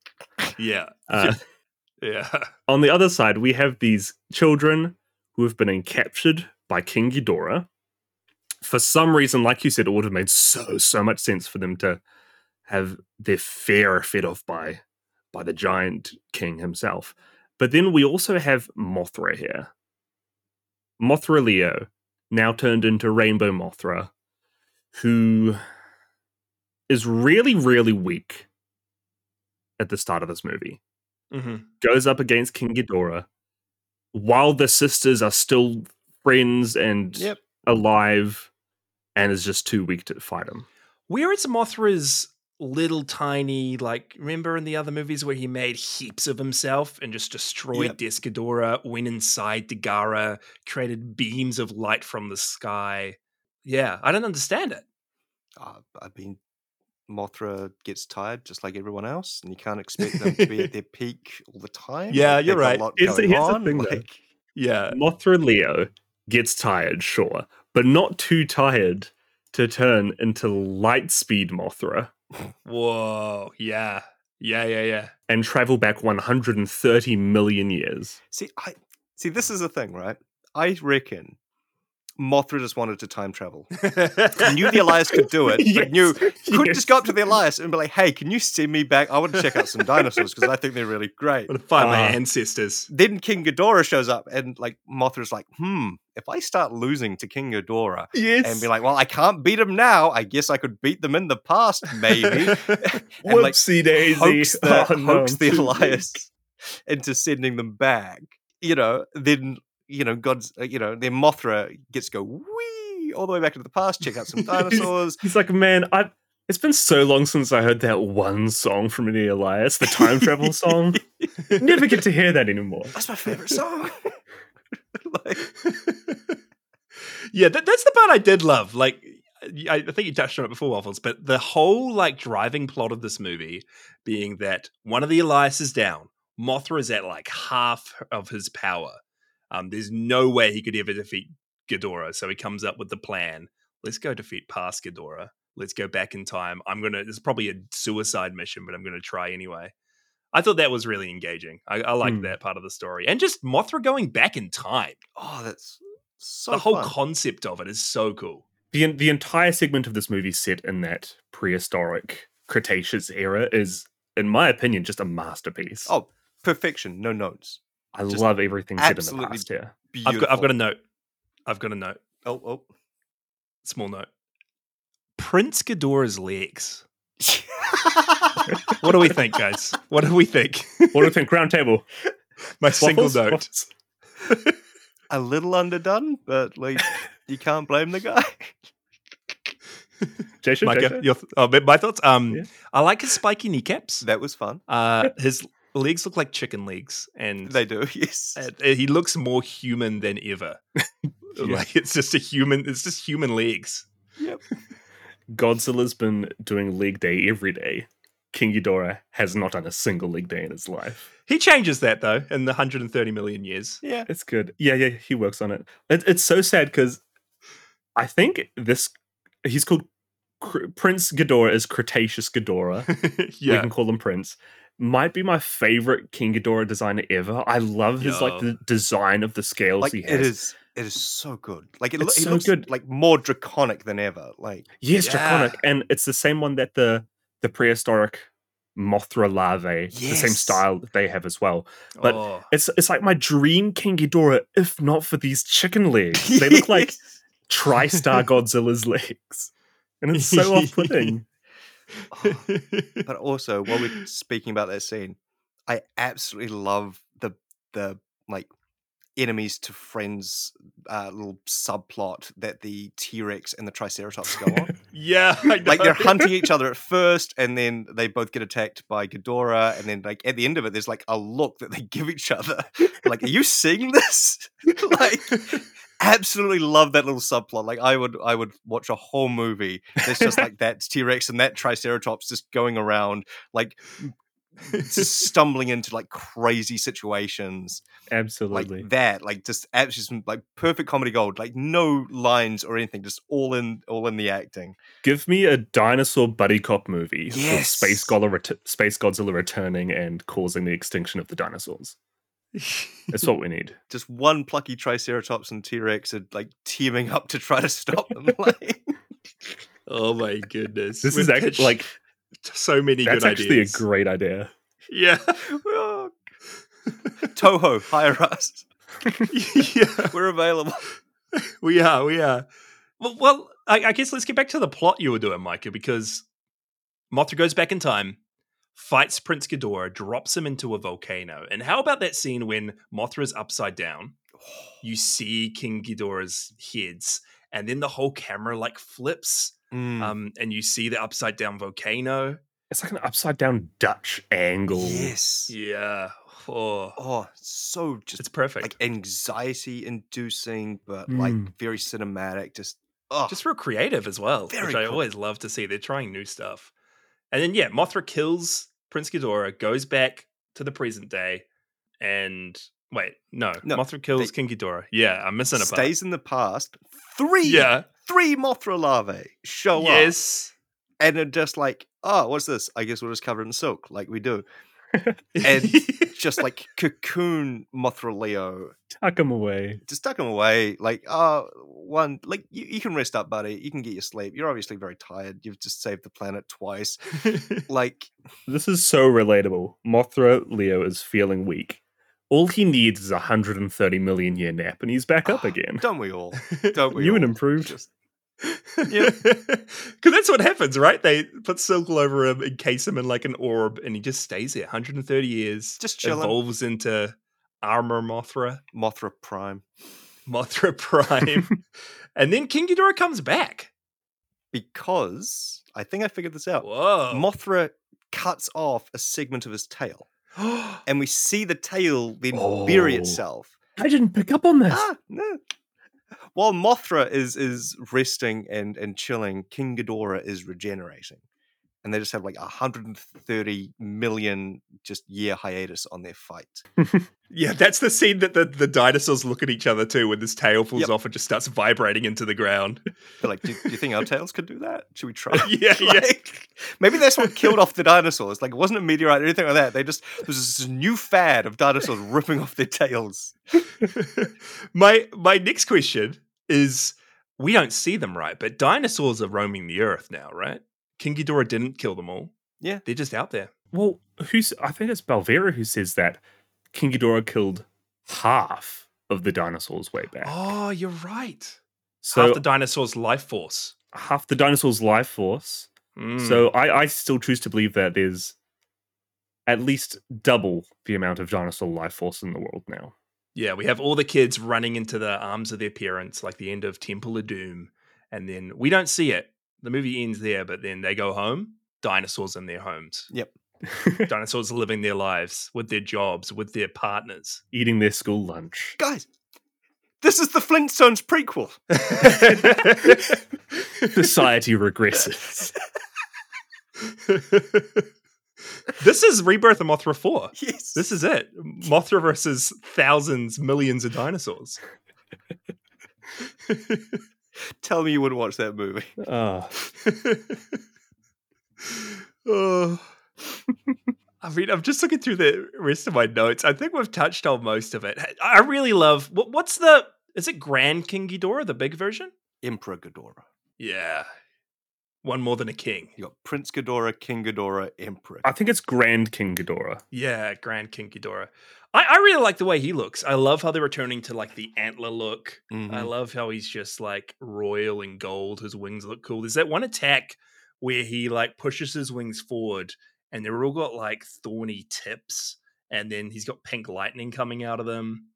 Speaker 2: yeah.
Speaker 1: Uh,
Speaker 2: Yeah.
Speaker 1: on the other side, we have these children who have been captured by King Ghidorah. For some reason, like you said, it would have made so so much sense for them to have their fear fed off by by the giant king himself. But then we also have Mothra here. Mothra Leo, now turned into Rainbow Mothra, who is really, really weak at the start of this movie
Speaker 2: hmm
Speaker 1: goes up against King Ghidorah while the sisters are still friends and
Speaker 3: Yep.
Speaker 1: alive and is just too weak to fight him.
Speaker 2: Where is Mothra's little tiny, like, remember in the other movies where he made heaps of himself and just destroyed
Speaker 3: Yep.
Speaker 2: Descadora, went inside Dagara, created beams of light from the sky? Yeah, I don't understand it.
Speaker 3: Uh, I mean, Mothra gets tired just like everyone else, and you can't expect them to be at their peak all the time.
Speaker 2: Yeah,
Speaker 3: Like,
Speaker 2: you're
Speaker 3: they've got
Speaker 2: right.
Speaker 3: A lot
Speaker 1: Here's the-
Speaker 3: going
Speaker 1: here's the
Speaker 3: on,
Speaker 1: thing, though.
Speaker 3: like, Uh,
Speaker 2: Yeah.
Speaker 1: Mothra Leo gets tired, sure, but not too tired to turn into light speed Mothra
Speaker 2: Whoa. Yeah. Yeah, yeah, yeah.
Speaker 1: and travel back 130 million years.
Speaker 3: See, I see. This is the thing, right? I reckon Mothra just wanted to time travel. knew the Elias could do it, but knew could
Speaker 1: yes.
Speaker 3: just go up to the Elias and be like, "Hey, can you send me back? I want to check out some dinosaurs because I think they're really great."
Speaker 2: I'm gonna find my
Speaker 1: Ah.
Speaker 2: ancestors.
Speaker 3: Then King Ghidorah shows up, and like Mothra's like, "Hmm, if I start losing to King Ghidorah."
Speaker 1: Yes.
Speaker 3: And be like, well, I can't beat him now. I guess I could beat them in the past, maybe. and, like,
Speaker 1: Whoopsie daisy.
Speaker 3: hoax the,
Speaker 1: Oh, no,
Speaker 3: hoax
Speaker 1: I'm
Speaker 3: the
Speaker 1: too weak.
Speaker 3: Elias into sending them back. You know, then you know God's. uh, You know, then Mothra gets to go wee all the way back into the past, check out some dinosaurs.
Speaker 1: He's like, man, I. It's been so long since I heard that one song from Indy Elias, the time travel song. Never get to hear that anymore.
Speaker 3: That's my favorite song. like,
Speaker 2: yeah, that, that's the part I did love. Like, I, I think you touched on it before, Waffles, but the whole like driving plot of this movie being that one of the Elias is down, Mothra is at like half of his power. Um, there's no way he could ever defeat Ghidorah, so he comes up with the plan: let's go defeat past Ghidorah. Let's go back in time. I'm gonna. It's probably a suicide mission, but I'm gonna try anyway. I thought that was really engaging. I, I liked
Speaker 1: Hmm.
Speaker 2: that part of the story, and just Mothra going back in time
Speaker 3: oh, that's so
Speaker 2: the whole
Speaker 3: fun.
Speaker 2: concept of it is so cool.
Speaker 1: The, the entire segment of this movie set in that prehistoric Cretaceous era is, in my opinion, just a masterpiece.
Speaker 3: Oh, perfection, no notes.
Speaker 1: I
Speaker 3: just
Speaker 1: love everything set in the
Speaker 3: absolutely
Speaker 1: past here.
Speaker 2: I've got, I've got a
Speaker 3: Beautiful.
Speaker 2: note. I've got a note.
Speaker 3: Oh,
Speaker 2: Small note. Prince Ghidorah's legs.
Speaker 3: oh.
Speaker 2: What do we think, guys? What do we think?
Speaker 1: What do you think? Round table.
Speaker 2: My single
Speaker 1: Waffles?
Speaker 2: note.
Speaker 1: Waffles?
Speaker 3: a little underdone, but like you can't blame the guy.
Speaker 1: Jason,
Speaker 2: Micah,
Speaker 1: Jason?
Speaker 2: your th- oh, but my thoughts. Um,
Speaker 1: Yeah.
Speaker 2: I like his spiky kneecaps.
Speaker 3: That was fun.
Speaker 2: Uh, his legs look like chicken legs, and
Speaker 3: They do, yes.
Speaker 2: uh, he looks more human than ever. Like it's just a human. It's just human legs.
Speaker 1: Godzilla's been doing leg day every day. King Ghidorah has not done a single leg day in his life.
Speaker 2: He changes that though in the 130 million years.
Speaker 3: yeah.
Speaker 1: It's good. Yeah, yeah, he works on it. it it's so sad because I think this he's called Cr- Prince Ghidorah is Cretaceous Ghidorah. We
Speaker 2: yeah.
Speaker 1: can call him Prince. Might be my favorite King Ghidorah designer ever. I love his like
Speaker 2: Yeah.
Speaker 1: the design of the scales
Speaker 3: Like
Speaker 1: he
Speaker 3: it
Speaker 1: has.
Speaker 3: is it is so good. Like it,
Speaker 1: It's
Speaker 3: loo- he
Speaker 1: so
Speaker 3: looks
Speaker 1: good.
Speaker 3: like more draconic than ever. Like
Speaker 1: Yes,
Speaker 2: Yeah.
Speaker 1: draconic, and it's the same one that the the prehistoric Mothra larvae, the same
Speaker 3: Yes.
Speaker 1: style that they have as well. But
Speaker 2: Oh.
Speaker 1: It's it's like my dream King Ghidorah, if not for these chicken legs. They look like TriStar Godzilla's legs. And it's so off putting.
Speaker 3: but also while we're speaking about that scene, I absolutely love the the like enemies to friends uh, little subplot that the T-Rex and the Triceratops go on.
Speaker 2: Yeah, I
Speaker 3: like
Speaker 2: know.
Speaker 3: they're hunting each other at first, and then they both get attacked by Ghidorah, and then like at the end of it, there's like a look that they give each other. Like, are you seeing this? like, absolutely love that little subplot. Like I would I would watch a whole movie that's just like that T-Rex and that Triceratops just going around like just stumbling into like crazy situations
Speaker 1: Absolutely.
Speaker 3: like that like just absolutely like perfect comedy gold like no lines or anything just all in all in the acting
Speaker 1: Give me a dinosaur buddy cop movie with
Speaker 3: Yes.
Speaker 1: Space Godzilla, ret- Space Godzilla returning and causing the extinction of the dinosaurs. That's what we need.
Speaker 3: just one plucky triceratops and t-rex are like teaming up to try to stop them like
Speaker 2: oh my goodness.
Speaker 1: This is
Speaker 2: We've pitched
Speaker 1: actually like
Speaker 2: so many
Speaker 1: that's
Speaker 2: good
Speaker 1: actually a
Speaker 2: ideas.
Speaker 1: great idea.
Speaker 2: yeah.
Speaker 3: Oh, toho hire us
Speaker 2: yeah.
Speaker 3: we're available
Speaker 2: We are, we are. Well, well I, I guess let's get back to the plot you were doing, Micah, because Mothra goes back in time, fights Prince Ghidorah, drops him into a volcano. And how about that scene when Mothra's upside down, you see King Ghidorah's heads, and then the whole camera like flips,
Speaker 1: Hmm.
Speaker 2: um, and you see the upside down volcano.
Speaker 1: It's like an upside down Dutch angle.
Speaker 3: yes
Speaker 2: Yeah. Oh,
Speaker 3: oh so just
Speaker 2: it's perfect.
Speaker 3: like anxiety inducing but like
Speaker 1: Mm.
Speaker 3: very cinematic just oh
Speaker 2: just real creative as well,
Speaker 3: Very
Speaker 2: which I
Speaker 3: cool.
Speaker 2: always love to see. They're trying new stuff. And then yeah, Mothra kills Prince Ghidorah, goes back to the present day, and wait, no,
Speaker 3: No,
Speaker 2: Mothra kills King Ghidorah. Yeah, I'm missing a part.
Speaker 3: stays in the past three
Speaker 2: yeah,
Speaker 3: three mothra larvae show up
Speaker 2: yes,
Speaker 3: and are just like oh what's this i guess we'll just cover it in silk like we do And- just like cocoon mothra leo
Speaker 1: Tuck him away.
Speaker 3: just tuck him away like oh one like you, you can rest up buddy you can get your sleep you're obviously very tired you've just saved the planet twice like
Speaker 1: This is so relatable. Mothra Leo is feeling weak. All he needs is a 130 million year nap, and he's back up
Speaker 3: ah,
Speaker 1: again.
Speaker 3: don't we all don't we
Speaker 1: New and
Speaker 3: all?
Speaker 1: improved.
Speaker 3: Just-
Speaker 2: yeah, because that's what happens, right? They put silk all over him, encase him in like an orb, and he just stays there 130 years.
Speaker 3: Just chilling.
Speaker 2: evolves into armor Mothra.
Speaker 3: mothra prime
Speaker 2: Mothra Prime. and then King Ghidorah comes back.
Speaker 3: because I think I figured this out.
Speaker 2: Whoa.
Speaker 3: Mothra cuts off a segment of his tail,
Speaker 2: and
Speaker 3: and we see the tail then bury
Speaker 1: Oh.
Speaker 3: itself.
Speaker 1: I didn't pick up on this.
Speaker 3: ah, no. While Mothra is is resting and and chilling, King Ghidorah is regenerating, and they just have like hundred and thirty million just year hiatus on their fight.
Speaker 2: yeah, that's the scene that the, the dinosaurs look at each other too when this tail falls
Speaker 3: Yep.
Speaker 2: off and just starts vibrating into the ground.
Speaker 3: They're like, do, do you think our tails could do that? Should we try?
Speaker 2: yeah, yeah.
Speaker 3: Like, Maybe that's what killed off the dinosaurs. Like, it wasn't a meteorite or anything like that. They just there's this new fad of dinosaurs ripping off their tails.
Speaker 2: my my next question is we don't see them right, but dinosaurs are roaming the earth now, right? King Ghidorah didn't kill them all.
Speaker 3: Yeah.
Speaker 2: They're just out there.
Speaker 1: Well, who's? I think it's Balvera who says that King Ghidorah killed half of the dinosaurs way back.
Speaker 2: Oh, you're right.
Speaker 1: so
Speaker 2: Half the dinosaurs' life force.
Speaker 1: dinosaurs' life force.
Speaker 3: Hmm.
Speaker 2: Mm.
Speaker 1: So I, I still choose to believe that there's at least double the amount of dinosaur life force in the world now.
Speaker 2: Yeah, we have all the kids running into the arms of their parents, like the end of Temple of Doom. And then we don't see it. The movie ends there, but then they go home, dinosaurs in their homes. Dinosaurs living their lives with their jobs, with their partners.
Speaker 1: Eating their school lunch.
Speaker 3: Guys, this is the Flintstones prequel.
Speaker 1: Society regresses.
Speaker 2: this is Rebirth of Mothra 4.
Speaker 3: Yes.
Speaker 2: This is it. Mothra versus thousands, millions of dinosaurs.
Speaker 3: Tell me you wouldn't watch that movie.
Speaker 1: Ah,
Speaker 2: oh. I mean, I'm just looking through the rest of my notes. I think we've touched on most of it. I I really love what, what's the is it Grand King Ghidorah, the big version?
Speaker 3: Emperor Ghidorah.
Speaker 2: Yeah, one more than a king.
Speaker 3: You got Prince Ghidorah, King Ghidorah, Emperor.
Speaker 1: I think it's Grand King Ghidorah.
Speaker 2: Yeah, Grand King Ghidorah. I, I really like the way he looks. I love how they're returning to like the antler look.
Speaker 3: Mhm.
Speaker 2: I love how he's just like royal and gold. His wings look cool. There's that one attack where he like pushes his wings forward and they're all got like thorny tips. And then he's got pink lightning coming out of them.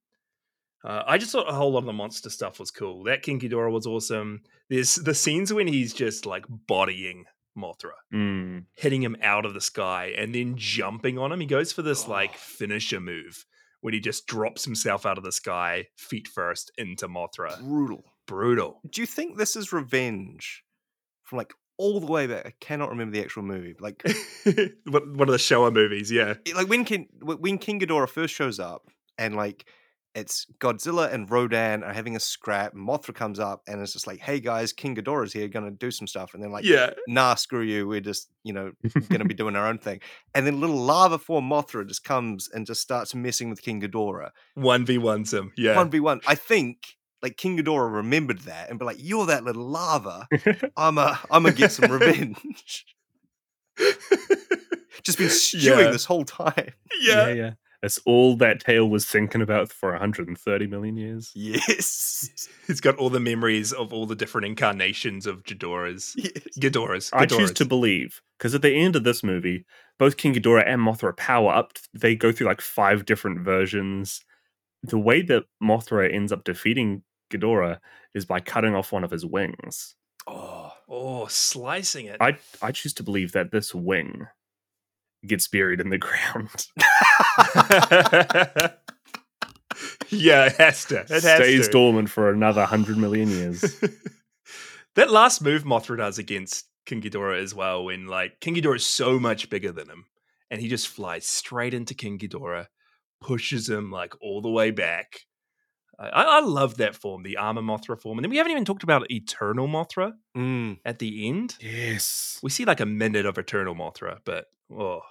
Speaker 2: Uh, I just thought a whole lot of the monster stuff was cool. That King Ghidorah was awesome. There's the scenes when he's just like bodying Mothra,
Speaker 1: Mm.
Speaker 2: hitting him out of the sky and then jumping on him. He goes for this like
Speaker 3: Oh.
Speaker 2: finisher move when he just drops himself out of the sky feet first into Mothra.
Speaker 3: Brutal.
Speaker 2: Brutal.
Speaker 3: Do you think this is revenge from like all the way back? I cannot remember the actual movie. but, Like,
Speaker 2: One one of the Showa movies, yeah.
Speaker 3: it- like when King when King Ghidorah first shows up, and like it's Godzilla and Rodan are having a scrap. and Mothra comes up and it's just like, "Hey guys, King Ghidorah's here, gonna do some stuff." And then like,
Speaker 2: yeah.
Speaker 3: "Nah, screw you, we're just you know gonna be doing our own thing." And then little lava form Mothra just comes and just starts messing with King Ghidorah.
Speaker 2: 1v1s him. Yeah.
Speaker 3: one v one. I think like King Ghidorah remembered that and be like, "You're that little lava. I'm a I'm gonna get some revenge." Just been stewing
Speaker 2: Yeah.
Speaker 3: this whole time.
Speaker 1: yeah,
Speaker 2: yeah.
Speaker 1: yeah. That's all that tale was thinking about for 130 million years.
Speaker 3: Yes.
Speaker 2: He's got all the memories of all the different incarnations of Jadoras.
Speaker 3: yes.
Speaker 2: Ghidorahs.
Speaker 1: I choose
Speaker 2: Ghidorahs.
Speaker 1: to believe because at the end of this movie, both King Ghidorah and Mothra power up. They go through like five different versions. The way that Mothra ends up defeating Ghidorah is by cutting off one of his wings.
Speaker 2: Oh, oh, slicing it.
Speaker 1: I I choose to believe that this wing gets buried in the ground,
Speaker 2: yeah, it has to. It has
Speaker 1: stays
Speaker 2: to.
Speaker 1: dormant for another hundred million years.
Speaker 2: that last move Mothra does against King Ghidorah as well, when like King Ghidorah is so much bigger than him, and he just flies straight into King Ghidorah, pushes him like all the way back. I, I I love that form, the armor Mothra form, and then we haven't even talked about Eternal Mothra
Speaker 3: Mm,
Speaker 2: at the end.
Speaker 1: yes.
Speaker 2: We see like a minute of Eternal Mothra, but oh,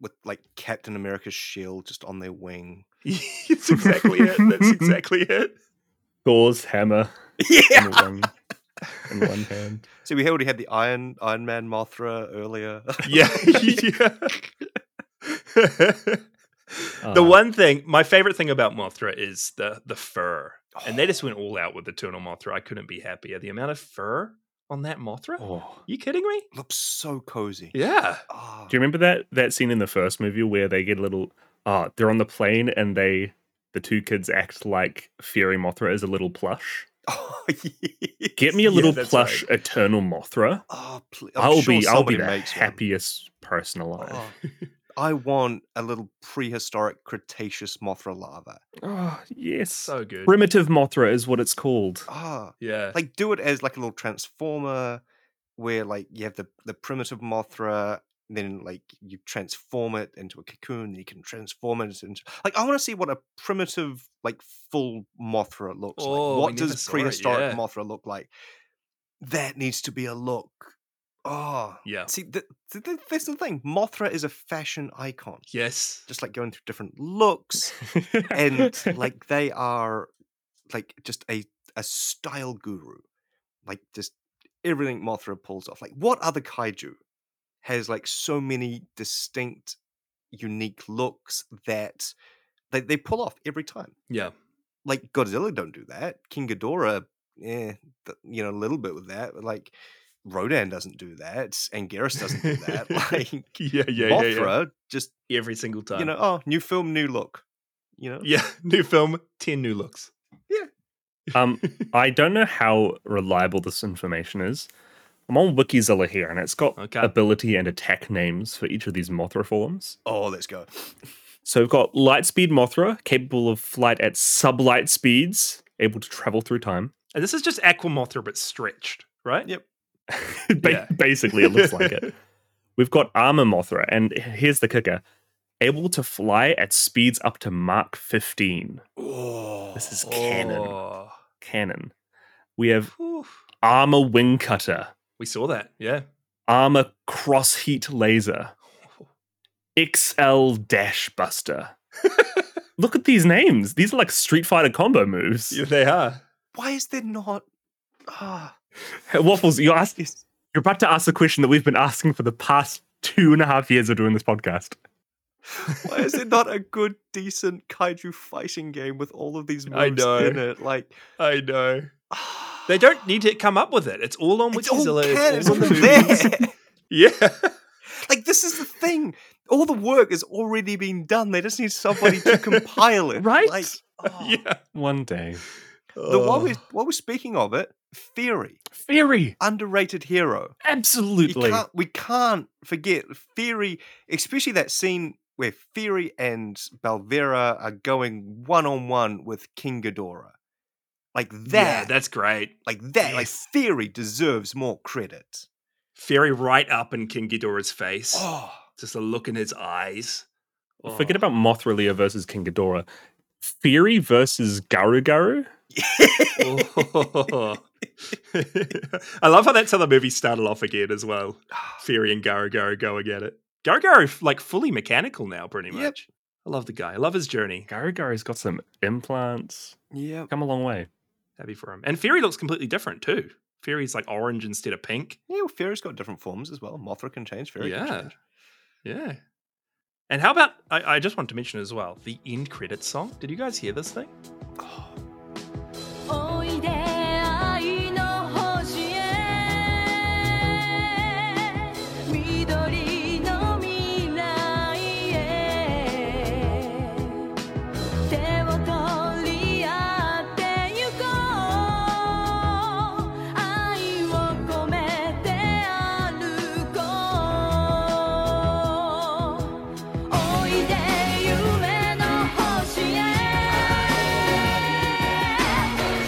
Speaker 3: With like Captain America's shield just on their wing.
Speaker 2: it's exactly it. That's exactly it.
Speaker 1: Thor's hammer in,
Speaker 3: Yeah.
Speaker 1: one, in one hand.
Speaker 3: So we already had the Iron Iron Man Mothra earlier.
Speaker 2: Yeah. yeah. the
Speaker 1: Uh,
Speaker 2: one thing, my favorite thing about Mothra is the the fur, and they just went all out with the Eternal Mothra. I couldn't be happier. The amount of fur on that Mothra?
Speaker 1: Oh.
Speaker 2: You kidding me?
Speaker 3: Looks so cozy.
Speaker 2: Yeah.
Speaker 3: Ah.
Speaker 1: Do you remember that that scene in the first movie where they get a little uh they're on the plane and they the two kids act like Fairy Mothra is a little plush.
Speaker 3: Oh,
Speaker 1: Get me a
Speaker 2: Yeah,
Speaker 1: little
Speaker 2: that's
Speaker 1: plush eternal Mothra.
Speaker 3: Oh, please.
Speaker 1: i will be I'll be
Speaker 3: somebody
Speaker 1: the
Speaker 3: makes one.
Speaker 1: happiest person alive.
Speaker 3: Oh, I want a little prehistoric Cretaceous Mothra lava.
Speaker 1: Oh, yes.
Speaker 2: So good.
Speaker 1: Primitive Mothra is what it's called.
Speaker 3: Ah,
Speaker 2: yeah.
Speaker 3: like do it as like a little transformer where like you have the the primitive Mothra, then like you transform it into a cocoon, you can transform it into like I want to see what a primitive like full Mothra looks
Speaker 2: Oh, we
Speaker 3: like. What
Speaker 2: never
Speaker 3: does
Speaker 2: saw it,
Speaker 3: prehistoric
Speaker 2: yeah.
Speaker 3: Mothra look like? That needs to be a look. Oh,
Speaker 2: Yeah.
Speaker 3: see, th- th- th- that's the thing. Mothra is a fashion icon.
Speaker 2: Yes.
Speaker 3: Just like going through different looks, and like they are like just a a style guru like just everything mothra pulls off like what other kaiju has like so many distinct unique looks that they, they pull off every time
Speaker 2: Yeah.
Speaker 3: like godzilla don't do that king Ghidorah, eh, th- you know a little bit with that but like rodan doesn't do that and Garrus doesn't do that like
Speaker 2: Yeah. Yeah. Yeah.
Speaker 3: mothra just
Speaker 2: yeah. Every single time.
Speaker 3: you know oh new film new look you know
Speaker 2: Yeah. New film, 10 new looks.
Speaker 1: um I don't know how reliable this information is. I'm on Wikizilla here and it's got
Speaker 2: Okay.
Speaker 1: ability and attack names for each of these Mothra forms.
Speaker 3: oh let's go
Speaker 1: So we've got Lightspeed Mothra, capable of flight at sublight speeds, able to travel through time.
Speaker 2: And this is just Aquamothra, but stretched, right?
Speaker 3: Yep.
Speaker 1: Ba-
Speaker 2: Yeah.
Speaker 1: Basically, it looks like it. We've got Armor Mothra, and here's the kicker able to fly at speeds up to Mach 15.
Speaker 3: Oh,
Speaker 1: This is canon.
Speaker 2: Oh.
Speaker 1: Canon. We have
Speaker 2: Whew.
Speaker 1: Armor Wing Cutter,
Speaker 2: We saw that. Yeah.
Speaker 1: Armor Cross Heat Laser, XL Dash Buster. Look at these names. These are like Street Fighter combo moves.
Speaker 2: Yeah, they are.
Speaker 3: why is there not? Ah,
Speaker 1: Uh, Waffles, you asked
Speaker 3: yes.
Speaker 1: You're about to ask the question that we've been asking for the past two and a half years of doing this podcast.
Speaker 3: why is there not a good, decent kaiju fighting game with all of these moves
Speaker 2: I know.
Speaker 3: in it? Like
Speaker 2: I know.
Speaker 3: ah,
Speaker 2: They don't need to come up with it. It's all on
Speaker 3: It's all,
Speaker 2: Wikizilla.
Speaker 3: can, it's
Speaker 2: all on
Speaker 3: all
Speaker 2: the movies.
Speaker 3: there.
Speaker 2: Yeah.
Speaker 3: like this is the thing. All the work has already been done. They just need somebody to compile it,
Speaker 1: Right?
Speaker 3: Like, ah.
Speaker 2: yeah.
Speaker 1: One day.
Speaker 3: The, while we while we're speaking of it, Theory,
Speaker 1: Fury!
Speaker 3: underrated hero. You
Speaker 1: Absolutely.
Speaker 3: can't- we can't forget Theory, especially that scene where Fury and Balvera are going one on one with King Ghidorah. Like that,
Speaker 2: Oh. yeah, that's great.
Speaker 3: like that, like
Speaker 2: yes.
Speaker 3: Fury deserves more credit.
Speaker 2: Fury right up in King Ghidorah's face,
Speaker 3: Oh,
Speaker 2: just a look in his eyes. Oh.
Speaker 1: Forget about Mothra Leo versus King Ghidorah. Fury versus Garu Garu?
Speaker 2: Oh. I love how that's how the movie started off again as well. Fury and Garu Garu going at it. Garu Garu like fully mechanical now, pretty much.
Speaker 3: Yep.
Speaker 2: I love the guy. I love his journey.
Speaker 1: Garu Garu's got some implants.
Speaker 3: yeah.
Speaker 1: Come a long way.
Speaker 2: Happy for him. And Fury looks completely different too. Fury's like orange instead of pink.
Speaker 3: Yeah, well, Fury's got different forms as well. Mothra can change. Fury
Speaker 2: Yeah.
Speaker 3: can change.
Speaker 2: Yeah. And how about I, I just want to mention as well the end credit song. Did you guys hear this thing?
Speaker 4: おいで愛の星へ緑の未来へ手を取り合ってゆこう愛を込めて歩こうおいで夢の星へ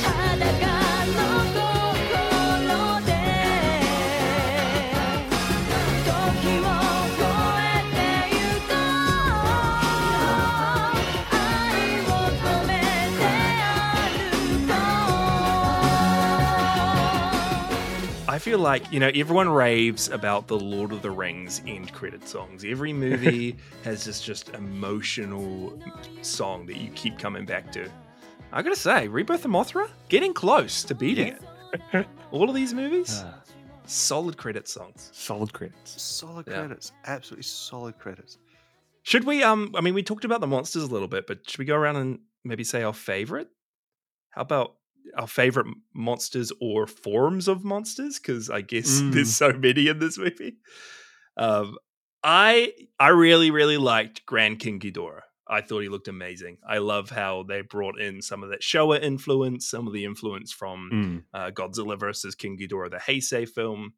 Speaker 4: 裸の心で時を超えてゆこう愛を込めて歩こう
Speaker 2: I feel like, you know, everyone raves about the Lord of the Rings end credit songs. Every movie has this just emotional song that you keep coming back to. I gotta say, Rebirth of Mothra, getting close to beating
Speaker 3: Yeah.
Speaker 1: Yeah. Uh.
Speaker 2: it. All of these movies,
Speaker 1: Ah.
Speaker 2: solid credit songs.
Speaker 1: solid credits.
Speaker 3: Solid
Speaker 2: Yeah.
Speaker 3: credits. Absolutely solid credits.
Speaker 2: Should we um I mean we talked about the monsters a little bit, but should we go around and maybe say our favorite? How about our favorite monsters or forms of monsters because I guess
Speaker 1: Mm.
Speaker 2: there's so many in this movie. Um I I really really liked Grand King Ghidorah. I thought he looked amazing. I love how they brought in some of that Showa influence, some of the influence from
Speaker 1: Mm.
Speaker 2: uh, Godzilla versus King Ghidorah, the Heisei film.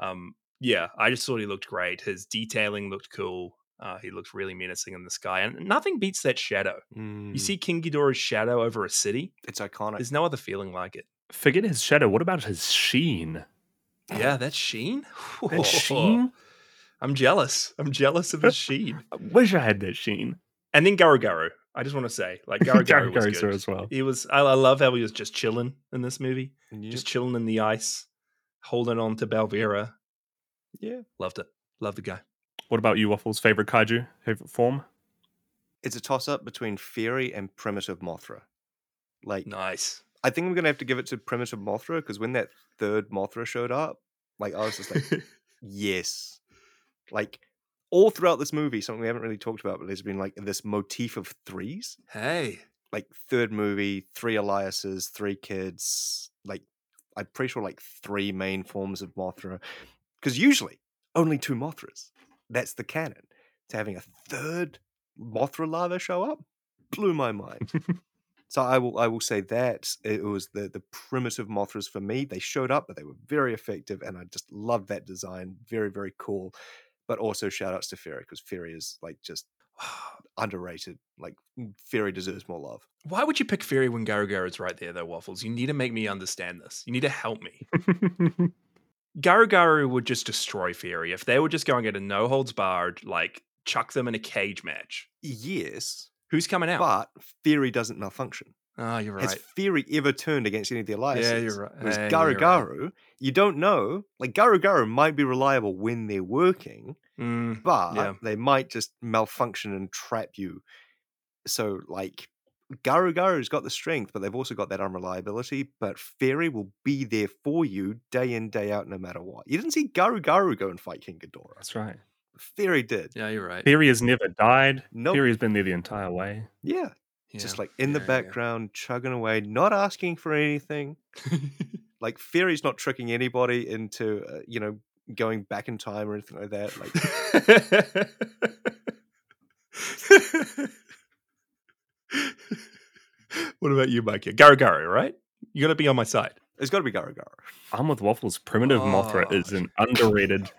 Speaker 2: Um, yeah, I just thought he looked great. His detailing looked cool. Uh, he looked really menacing in the sky, and nothing beats that shadow.
Speaker 1: Mm.
Speaker 2: You see King Ghidorah's shadow over a city.
Speaker 3: Mm, it's iconic.
Speaker 2: There's no other feeling like it.
Speaker 1: Forget his shadow. What about his sheen?
Speaker 2: Yeah, that sheen.
Speaker 1: That sheen?
Speaker 2: I'm jealous. I'm jealous of his sheen.
Speaker 1: I wish I had that sheen.
Speaker 2: And then Garu Garu. I just want to say, like Garu Garu was
Speaker 1: Garu's there
Speaker 2: good.
Speaker 1: as well.
Speaker 2: He was. I, I love how he was just chilling in this movie,
Speaker 3: Yeah.
Speaker 2: just chilling in the ice, holding on to Balvera.
Speaker 3: Yeah.
Speaker 2: Loved it. Loved the guy.
Speaker 1: What about you, Waffles? Favorite kaiju? Favorite form?
Speaker 3: it's a toss up between Fury and Primitive Mothra. Like,
Speaker 2: Nice.
Speaker 3: I think I'm going to have to give it to Primitive Mothra because when that third Mothra showed up, like, I was just like, yes. Like, all throughout this movie, something we haven't really talked about, but there's been like this motif of threes.
Speaker 2: hey,
Speaker 3: Like, third movie, three Eliases, three kids, like, I'm pretty sure like three main forms of Mothra. Because usually only two Mothras. That's the canon. To having a third Mothra larva show up blew my mind. So I will I will say that it was the the primitive Mothras for me. They showed up, but they were very effective, and I just loved that design. Very very cool. But also shout outs to Fury because Fury is like just underrated. Like Fury deserves more love.
Speaker 2: why would you pick Fury when Garu Garu's right there, though, Waffles? You need to make me understand this. You need to help me. Garu Garu would just destroy Fury. If they were just going at a no holds barred, like chuck them in a cage match,
Speaker 3: Yes,
Speaker 2: who's coming out?
Speaker 3: but Fury doesn't malfunction.
Speaker 2: oh, you're
Speaker 3: Has
Speaker 2: right.
Speaker 3: Fury ever turned against any of the alliances?
Speaker 2: right.
Speaker 3: Whereas
Speaker 2: Yeah,
Speaker 3: Garu
Speaker 2: you're right.
Speaker 3: Garu, you don't know. Like Garu Garu might be reliable when they're working,
Speaker 2: Mm,
Speaker 3: but
Speaker 2: Yeah.
Speaker 3: they might just malfunction and trap you. So like Garu Garu's got the strength, but they've also got that unreliability. But Fairy will be there for you day in, day out, no matter what. You didn't see Garu Garu go and fight King Ghidorah.
Speaker 1: That's right.
Speaker 3: Fairy did.
Speaker 2: yeah, you're right.
Speaker 1: Theory has never died.
Speaker 3: No,
Speaker 1: Theory's been there the entire way.
Speaker 3: yeah,
Speaker 2: Yeah.
Speaker 3: just like in the
Speaker 2: Yeah, yeah.
Speaker 3: background, chugging away, not asking for anything. Like Fairy's not tricking anybody into, uh, you know, going back in time or anything like that. Like
Speaker 2: what about you, Mike? Garu Garu, right? You got to be on my side.
Speaker 3: it's got to be Garu Garu.
Speaker 1: I'm with Waffles. Primitive Mothra is
Speaker 2: Oh.
Speaker 1: an underrated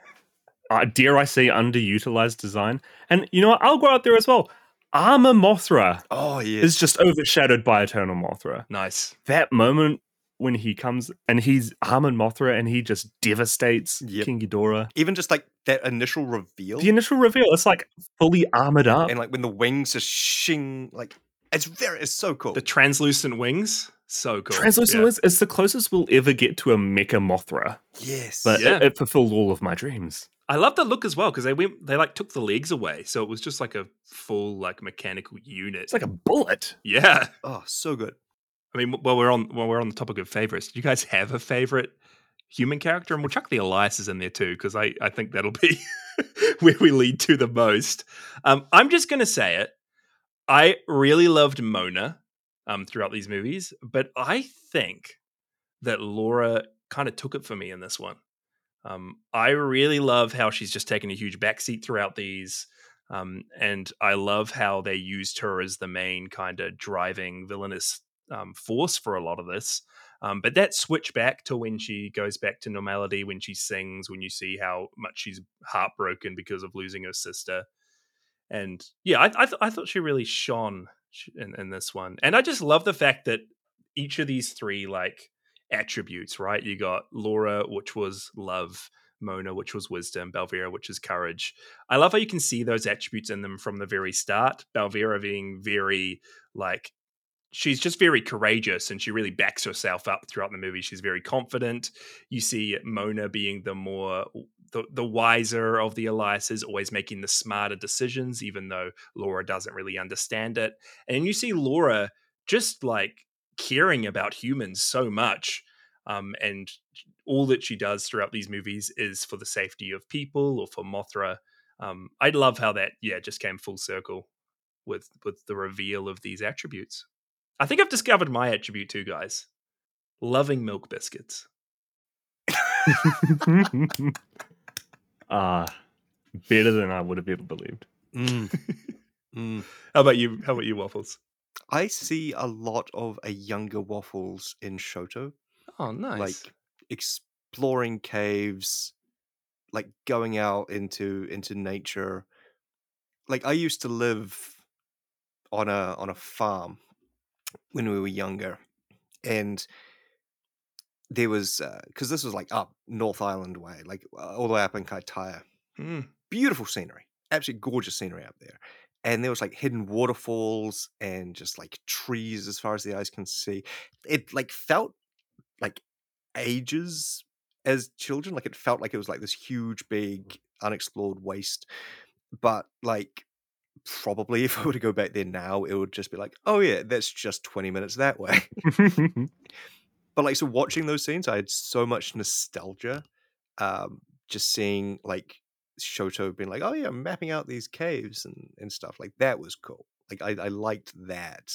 Speaker 1: uh, dare I say, underutilized design. And you know what? I'll go out there as well. Armor Mothra
Speaker 3: Oh yeah.
Speaker 1: is just overshadowed by Eternal Mothra.
Speaker 2: Nice.
Speaker 1: That moment when he comes and he's Armor Mothra and he just devastates
Speaker 3: Yep.
Speaker 1: King Ghidorah.
Speaker 3: Even just like that initial reveal,
Speaker 1: The initial reveal, it's like fully armored up.
Speaker 3: and like when the wings just shing, like it's very, it's so cool.
Speaker 2: The translucent wings, so cool.
Speaker 1: Translucent
Speaker 2: Yeah.
Speaker 1: Wings is the closest we'll ever get to a Mecha Mothra,
Speaker 3: yes,
Speaker 1: but
Speaker 2: Yeah.
Speaker 1: it, it fulfilled all of my dreams.
Speaker 2: I love the look as well because they went, they like took the legs away, so it was just like a full like mechanical unit.
Speaker 1: It's like a bullet.
Speaker 2: yeah.
Speaker 3: oh, so good.
Speaker 2: I mean, while we're on while we're on the topic of favorites, do you guys have a favorite human character? And we'll chuck the Eliases in there too, because I, I think that'll be where we lead to the most. Um, I'm just gonna say it. I really loved Mona um, throughout these movies, but I think that Laura kind of took it for me in this one. Um, I really love how she's just taken a huge backseat throughout these. Um, and I love how they used her as the main kind of driving villainous um, force for a lot of this. Um, but that switch back to when she goes back to normality, when she sings, when you see how much she's heartbroken because of losing her sister. And yeah, I, I, th- I thought she really shone sh- in, in this one. And I just love the fact that each of these three, like, attributes, right? You got Laura, which was love, Mona, which was wisdom, Belvira, which is courage. I love how you can see those attributes in them from the very start. Belvira being very, like, she's just very courageous and she really backs herself up throughout the movie. She's very confident. You see Mona being the more the, the wiser of the Eliases, always making the smarter decisions, even though Laura doesn't really understand it. And you see Laura just like caring about humans so much. Um, and all that she does throughout these movies is for the safety of people or for Mothra. Um, I love how that, yeah, just came full circle with with the reveal of these attributes. I think I've discovered my attribute too, guys. Loving milk biscuits.
Speaker 1: Ah, better than I would have ever believed.
Speaker 3: Mm. Mm.
Speaker 2: How about you? How about you, waffles?
Speaker 3: I see a lot of a younger waffles in Shoto,
Speaker 2: Oh, nice.
Speaker 3: like exploring caves, like going out into into nature. Like I used to live on a on a farm when we were younger, and there was because this was like up North Island way, like uh, all the way up in Kaitaia,
Speaker 2: Mm.
Speaker 3: beautiful scenery, absolutely gorgeous scenery up there. And there was like hidden waterfalls and just like trees as far as the eyes can see. It like felt like ages as children. Like it felt like it was like this huge, big, unexplored waste. But like probably if I were to go back there now, it would just be like, oh yeah, that's just 20 minutes that way. but like so watching those scenes i had so much nostalgia um just seeing like shoto being like oh yeah i'm mapping out these caves and and stuff like that was cool like i, I liked that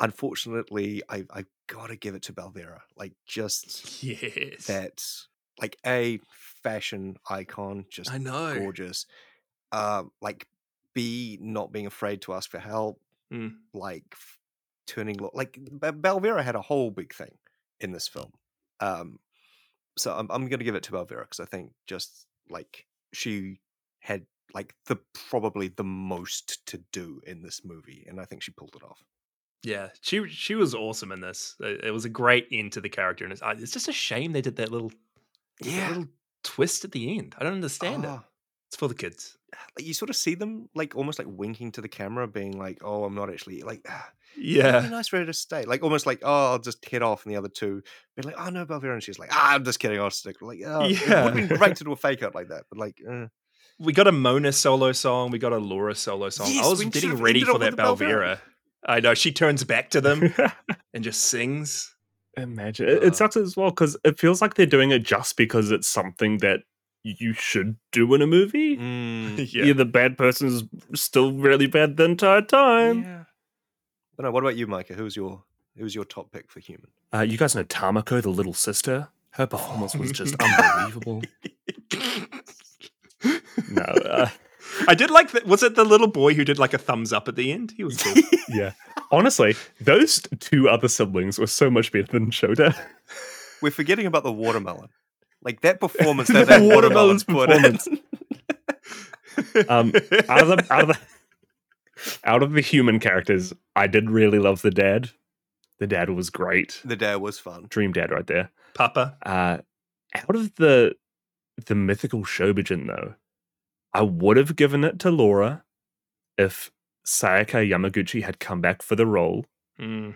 Speaker 3: unfortunately i i gotta give it to Balvera. like just
Speaker 2: Yes.
Speaker 3: that like a fashion icon just
Speaker 2: I know.
Speaker 3: gorgeous uh like b not being afraid to ask for help
Speaker 2: Mm.
Speaker 3: like f- turning lo- like B- Balvera had a whole big thing in this film. Um, so I'm I'm gonna give it to Balvera because I think just like she had like the probably the most to do in this movie, and I think she pulled it off.
Speaker 2: Yeah, she she was awesome in this. It, it was a great end to the character, and it's, uh, it's just a shame they did that little that little twist at the end. I don't understand it.
Speaker 3: Ah,
Speaker 2: It's for the kids.
Speaker 3: like, you sort of see them like almost like winking to the camera, being like, "Oh, I'm not actually like." ah, It'd be
Speaker 2: Yeah,
Speaker 3: nice for her to stay. Like almost like, oh, I'll just head off, and the other two be like, oh no, Belvera, and she's like, ah, I'm just kidding, I'll stick. Like, oh, it would have
Speaker 2: Yeah.
Speaker 3: been great to do a fake out like that, but like, eh.
Speaker 2: we got a Mona solo song. We got a Laura solo song.
Speaker 3: Yes,
Speaker 2: I was
Speaker 3: we should've
Speaker 2: getting
Speaker 3: ended
Speaker 2: ready
Speaker 3: up
Speaker 2: for
Speaker 3: with
Speaker 2: that
Speaker 3: the Belvera.
Speaker 2: Belvira. I know she turns back to them and just sings.
Speaker 1: Imagine it, it
Speaker 2: Um, Uh.
Speaker 1: sucks as well because it feels like they're doing it just because it's something that you should do in a movie.
Speaker 3: mm.
Speaker 2: Yeah.
Speaker 1: You're the bad person is still really bad the entire time.
Speaker 2: Yeah.
Speaker 3: But no, what about you, Micah? Who was your who was your top pick for human?
Speaker 1: Uh, you guys know Tamako, the little sister. Her performance was just unbelievable. No, uh,
Speaker 2: I did like that. Was it the little boy who did like a thumbs up at the end? He was cool.
Speaker 1: yeah. Honestly, those two other siblings were so much better than Shota.
Speaker 3: We're forgetting about the watermelon. Like that performance that that watermelon's put in.
Speaker 1: Watermelon's Um, out of the, out of the, out of the human characters, I did really love the dad. The dad was great.
Speaker 3: the dad was fun.
Speaker 1: Dream dad right there.
Speaker 2: Papa.
Speaker 1: Uh, out of the the mythical Shobujin though, I would have given it to Laura if Sayaka Yamaguchi had come back for the role.
Speaker 2: Mm,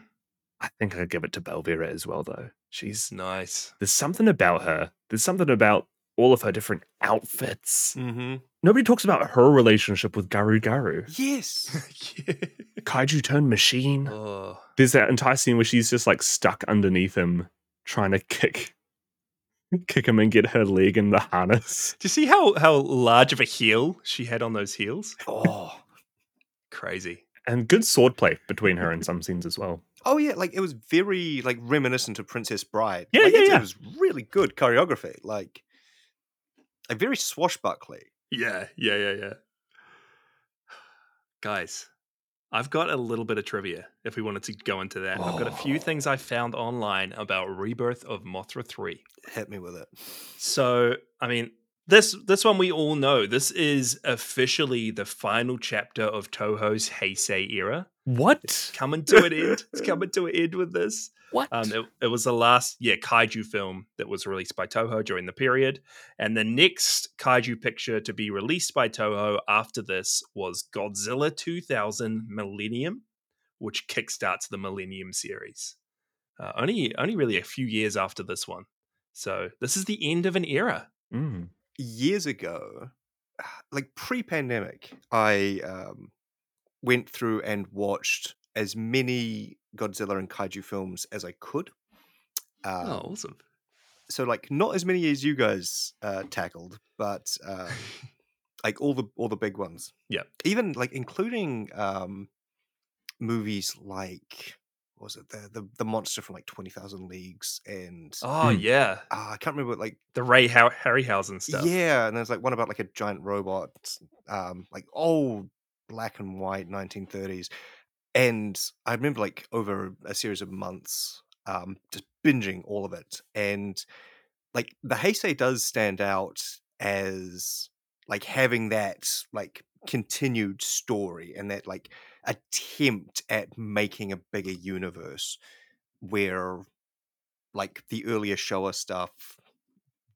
Speaker 1: I think I'd give it to Belvira as well though. She's
Speaker 2: nice.
Speaker 1: there's something about her. There's something about all of her different outfits.
Speaker 3: Mm-hmm.
Speaker 1: Nobody talks about her relationship with Garu Garu.
Speaker 3: Yes.
Speaker 2: yeah.
Speaker 1: Kaiju turned machine.
Speaker 2: Oh.
Speaker 1: there's that entire scene where she's just like stuck underneath him trying to kick kick him and get her leg in the harness
Speaker 2: Do you see how how large of a heel she had on those heels?
Speaker 3: Oh.
Speaker 2: Crazy.
Speaker 1: and good swordplay between her and some scenes as well
Speaker 3: Oh yeah, like it was very like reminiscent of Princess Bride.
Speaker 1: Yeah,
Speaker 3: Like,
Speaker 1: yeah,
Speaker 3: it's-
Speaker 1: yeah.
Speaker 3: It was really good choreography. Like, like very swashbuckly.
Speaker 2: Yeah, yeah, yeah, yeah. Guys, I've got a little bit of trivia if we wanted to go into that. I've got a few
Speaker 3: Oh.
Speaker 2: things I found online about Rebirth of Mothra 3.
Speaker 3: Hit me with it.
Speaker 2: So, I mean, this this one we all know. This is officially the final chapter of Toho's Heisei era.
Speaker 1: what
Speaker 2: Coming to an end. It's coming to an end with this.
Speaker 1: what
Speaker 2: Um, it, it was the last, yeah, kaiju film that was released by Toho during the period, and the next kaiju picture to be released by Toho after this was Godzilla 2000 Millennium, which kickstarts the Millennium series. Uh, only, only really a few years after this one. So this is the end of an era.
Speaker 1: Mm.
Speaker 3: years ago, like pre-pandemic, I um, went through and watched as many Godzilla and kaiju films as I could. Um,
Speaker 2: Oh, awesome!
Speaker 3: So, like, not as many as you guys uh, tackled, but uh, like all the all the big ones.
Speaker 2: Yep.
Speaker 3: Even like including um, movies like what was it the the, the monster from like Twenty Thousand Leagues and.
Speaker 2: Oh
Speaker 1: Hmm.
Speaker 2: yeah,
Speaker 3: uh, I can't remember what, like
Speaker 2: the Ray Har- Harryhausen stuff.
Speaker 3: yeah, and there's like one about like a giant robot, um, like old black and white 1930s. And I remember like over a series of months, um, just binging all of it. And like the Heisei does stand out as like having that like continued story and that like attempt at making a bigger universe where like the earlier Showa stuff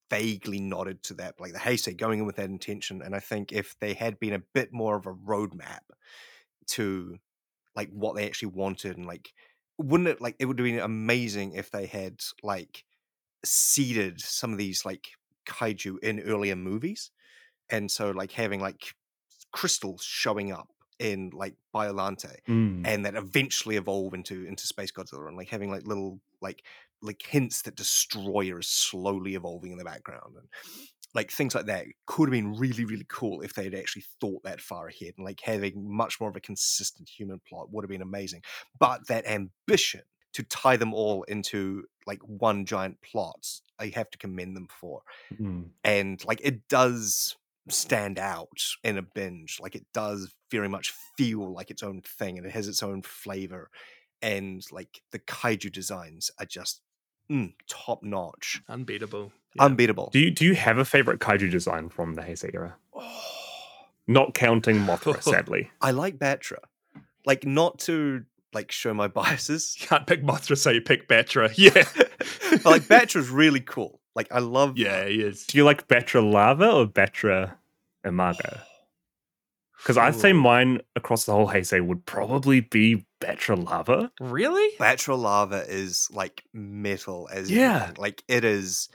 Speaker 3: vaguely nodded to that, like the Heisei going in with that intention. And I think if they had been a bit more of a roadmap to like what they actually wanted and like wouldn't it like it would have been amazing if they had like seeded some of these like kaiju in earlier movies. And so like having like crystals showing up in like Biolante
Speaker 1: Mm.
Speaker 3: and that eventually evolve into into Space Godzilla and like having like little like like hints that Destroyer is slowly evolving in the background and like things like that could have been really really cool if they had actually thought that far ahead and like having much more of a consistent human plot would have been amazing but that ambition to tie them all into like one giant plot I have to commend them for
Speaker 1: Mm.
Speaker 3: and like it does stand out in a binge like it does very much feel like its own thing and it has its own flavor and like the kaiju designs are just mm, top notch
Speaker 2: unbeatable. Yeah.
Speaker 3: unbeatable
Speaker 1: do you do you have a favorite kaiju design from the heisei era
Speaker 3: Oh,
Speaker 1: not counting mothra sadly
Speaker 3: i like batra like not to like show my biases
Speaker 2: You can't pick Mothra, so you pick Batra. Yeah,
Speaker 3: but like batra's really cool like i love
Speaker 2: yeah, he is.
Speaker 1: do you like batra lava or batra imago because i'd say
Speaker 2: Ooh.
Speaker 1: mine across the whole heisei would probably be batra lava
Speaker 2: Really?
Speaker 3: Batra lava is like metal as
Speaker 1: Yeah.
Speaker 3: everything. like it is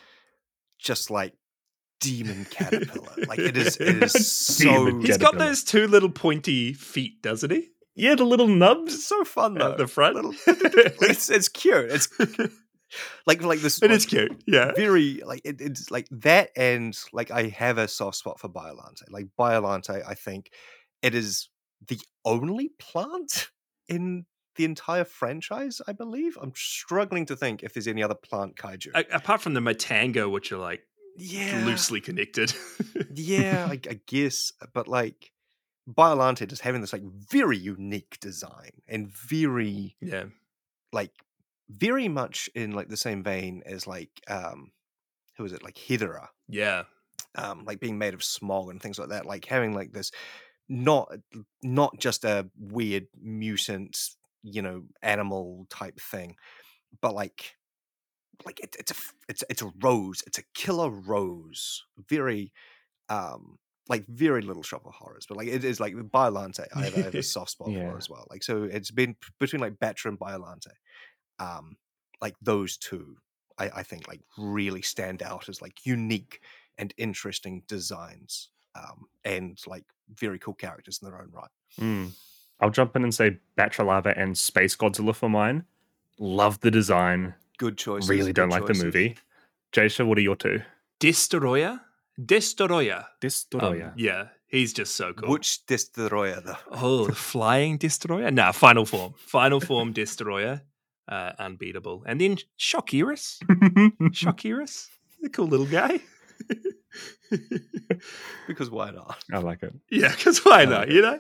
Speaker 3: just like demon caterpillar. like it is it is so
Speaker 1: Demon
Speaker 2: He's got
Speaker 1: Caterpillar.
Speaker 2: those two little pointy feet, doesn't he?
Speaker 1: yeah the little nubs
Speaker 3: it's so fun though.
Speaker 2: At the front.
Speaker 3: Little- Like,
Speaker 2: it
Speaker 3: it's it's cute. It's like like this like,
Speaker 2: is cute. Yeah.
Speaker 3: Very like it, it's like that and like I have a soft spot for Biolante. Like Biolante, I think it is the only plant in the entire franchise, I believe. I'm struggling to think if there's any other plant kaiju.
Speaker 2: A- apart from the Matango, which are like
Speaker 3: yeah.
Speaker 2: loosely connected.
Speaker 3: yeah, I, I guess, but like Biolante just having this like very unique design and very
Speaker 2: yeah.
Speaker 3: like very much in like the same vein as like um who is it like Hedera,
Speaker 2: Yeah.
Speaker 3: um, like being made of smog and things like that, like having like this not uh, not just a weird mutant, you know, animal type thing, but like like it, it's a f- it's it's a rose, it's a killer rose, very um like very little shop of horrors, but like it is like Biolante. I have, I have a soft spot
Speaker 5: Yeah.
Speaker 3: for as well. Like so, it's been p- between like Batra and Biolante, um, like those two. I, I think like really stand out as like unique and interesting designs um, and like very cool characters in their own right.
Speaker 1: Mm. I'll jump in and say Batralava and Space Godzilla for mine. Love the design.
Speaker 3: Good choices.
Speaker 1: really don't
Speaker 3: good
Speaker 1: like
Speaker 3: choices.
Speaker 1: the movie. Jaisha, what are your two?
Speaker 2: Destoroya? Destoroya. Um,
Speaker 1: Destoroya.
Speaker 2: yeah. He's just so cool.
Speaker 3: Which Destoroya though?
Speaker 2: Oh, the flying destroyer? Nah, final form. Final form destroyer. Uh, unbeatable. And then Shockiris. Shockiris. The cool little guy.
Speaker 3: Because why not?
Speaker 1: I like it.
Speaker 2: yeah, because why
Speaker 3: I
Speaker 2: not?
Speaker 3: like
Speaker 2: You know?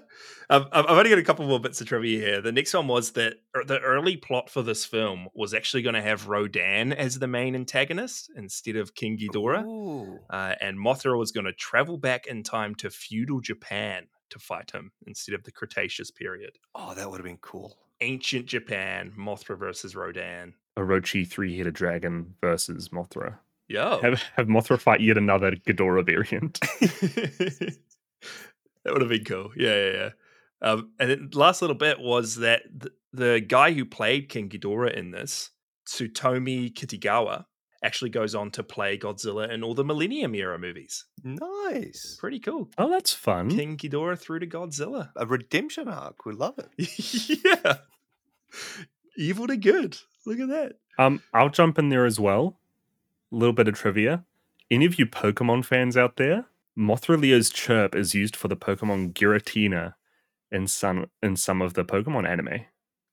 Speaker 2: Um, I've I've only got a couple more bits of trivia here. The next one was that er- the early plot for this film was actually going to have Rodan as the main antagonist instead of King Ghidorah.
Speaker 3: Ooh.
Speaker 2: Uh, and Mothra was going to travel back in time to feudal Japan to fight him instead of the Cretaceous period.
Speaker 3: Oh, that would have been cool.
Speaker 2: ancient Japan, Mothra versus Rodan.
Speaker 1: Orochi three-headed dragon versus Mothra.
Speaker 2: Yo.
Speaker 1: Have, have Mothra fight yet another Ghidorah variant.
Speaker 2: that would have been cool. Yeah, yeah, yeah. Um, and then last little bit was that th- the guy who played King Ghidorah in this, Tsutomi Kitigawa, actually goes on to play Godzilla in all the Millennium Era movies.
Speaker 3: Nice.
Speaker 2: Pretty cool.
Speaker 1: oh, that's fun.
Speaker 2: King Ghidorah through to Godzilla.
Speaker 3: A redemption arc. We love it.
Speaker 2: yeah. Evil to good. Look at that.
Speaker 1: Um, I'll jump in there as well. A little bit of trivia. Any of you Pokemon fans out there? Mothra Leo's chirp is used for the Pokemon Giratina in some in some of the Pokemon anime,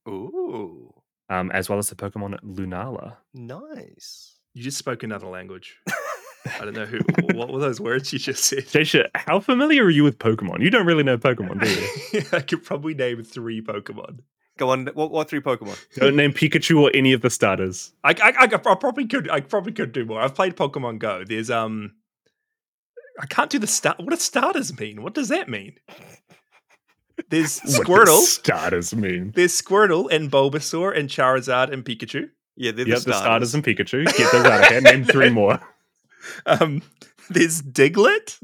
Speaker 3: Ooh.
Speaker 1: um, as well as the Pokemon Lunala.
Speaker 3: Nice.
Speaker 2: You just spoke another language. I don't know who. What were those words you just said?
Speaker 1: Jaisha, how familiar are you with Pokemon? You don't really know Pokemon, do you?
Speaker 2: I could probably name three Pokemon.
Speaker 3: Go on. What, what three Pokemon?
Speaker 1: don't name Pikachu or any of the starters.
Speaker 2: I, I, I, could- I probably could. I probably could do more. I've played Pokemon Go. There's um, I can't do the start. What does starters mean? What does that mean? There's
Speaker 1: What does
Speaker 2: Squirtle.
Speaker 1: starters mean.
Speaker 2: There's Squirtle and Bulbasaur and Charizard and Pikachu.
Speaker 3: Yeah, they're
Speaker 1: Yep,
Speaker 3: the
Speaker 1: the starters
Speaker 3: starters.
Speaker 1: and Pikachu. Get those out of here. Name three more.
Speaker 2: Um, there's Diglett.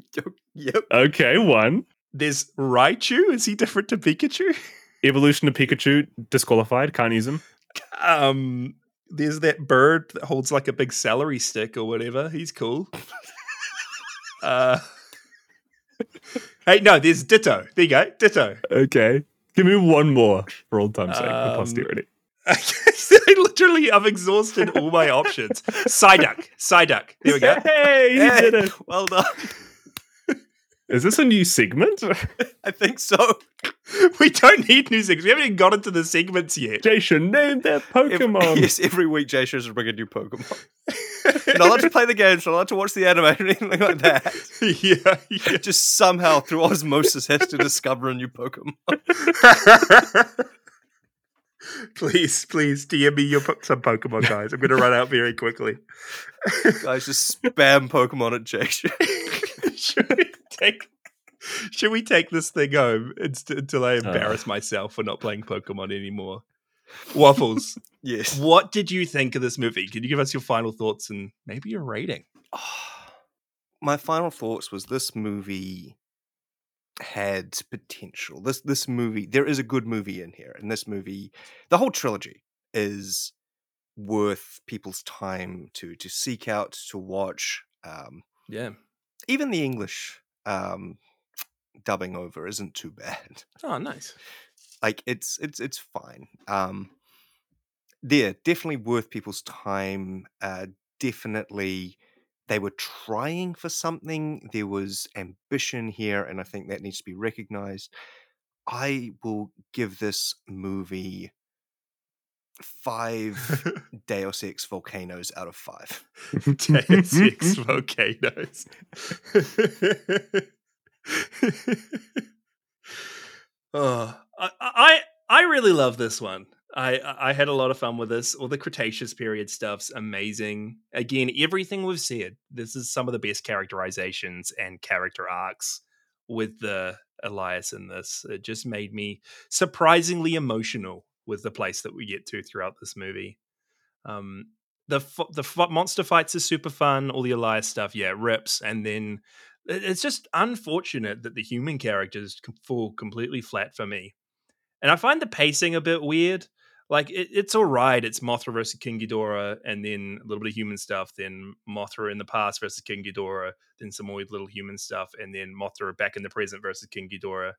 Speaker 3: Yep.
Speaker 1: Okay, one.
Speaker 2: There's Raichu. Is he different to Pikachu?
Speaker 1: Evolution of Pikachu disqualified. Can't use them.
Speaker 2: Um, there's that bird that holds like a big celery stick or whatever. He's cool. uh, hey, no, there's Ditto. There you go, Ditto.
Speaker 1: Okay. Give me one more for old time's sake,
Speaker 2: Um,
Speaker 1: for posterity.
Speaker 2: I literally, I've exhausted all my options. Psyduck, Psyduck. There we go.
Speaker 1: Hey, you
Speaker 3: Hey,
Speaker 1: did it.
Speaker 3: Well done.
Speaker 1: Is this a new segment?
Speaker 3: I think so.
Speaker 1: Oh,
Speaker 2: We don't need new segments. We haven't even got into the segments yet.
Speaker 1: Jason, name that
Speaker 3: Ev-
Speaker 1: Pokemon.
Speaker 3: yes, every week Jay shows us bring a new Pokemon. Not allowed to play the games, not allowed to watch the anime or anything like that.
Speaker 2: yeah, yeah.
Speaker 3: Just somehow through osmosis has to discover a new Pokemon.
Speaker 2: please, please DM me your po- some Pokemon guys. I'm going to run out very quickly.
Speaker 3: Guys, just spam Pokemon at Jay.
Speaker 2: should we take should we take this thing home inst- until I embarrass myself for not playing Pokemon anymore? Waffles,
Speaker 3: Yes.
Speaker 2: what did you think of this movie? Can you give us your final thoughts and maybe your rating?
Speaker 3: My final thoughts was this movie had potential. This this movie, there is a good movie in here, and this movie, the whole trilogy is worth people's time to to seek out to watch. Um,
Speaker 2: Yeah.
Speaker 3: even the English um, dubbing over isn't too bad.
Speaker 2: Oh, nice.
Speaker 3: Like it's it's it's fine. Um, they're definitely worth people's time. Uh, definitely, they were trying for something. There was ambition here, and I think that needs to be recognized. I will give this movie five Deus Ex volcanoes out of five.
Speaker 2: Deus Ex volcanoes. oh, I, I I really love this one. I I had a lot of fun with this. All the Cretaceous period stuff's amazing. Again, everything we've said, this is some of the best characterizations and character arcs with the Elias in this. It just made me surprisingly emotional with the place that we get to throughout this movie. Um, the f- the f- monster fights is super fun. All the Elias stuff, yeah, rips. And then it- it's just unfortunate that the human characters com- fall completely flat for me. And I find the pacing a bit weird. Like it, it's all right. It's Mothra versus King Ghidorah, and then a little bit of human stuff. Then Mothra in the past versus King Ghidorah. Then some more little human stuff, and then Mothra back in the present versus King Ghidorah.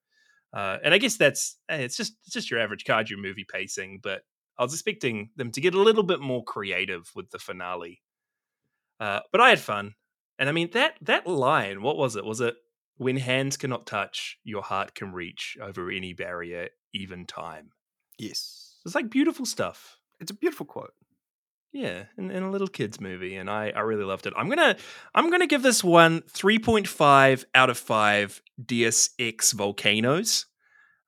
Speaker 2: Uh, and I guess that's eh, it's just it's just your average kaiju movie pacing. But I was expecting them to get a little bit more creative with the finale. Uh, but I had fun, and I mean that that line. What was it? Was it when hands cannot touch, your heart can reach over any barrier, even time.
Speaker 3: Yes.
Speaker 2: It's like beautiful stuff.
Speaker 3: It's a beautiful quote.
Speaker 2: Yeah, in, in a little kids movie, and I, I really loved it. I'm gonna I'm gonna give this one 3.5 out of five DSX volcanoes.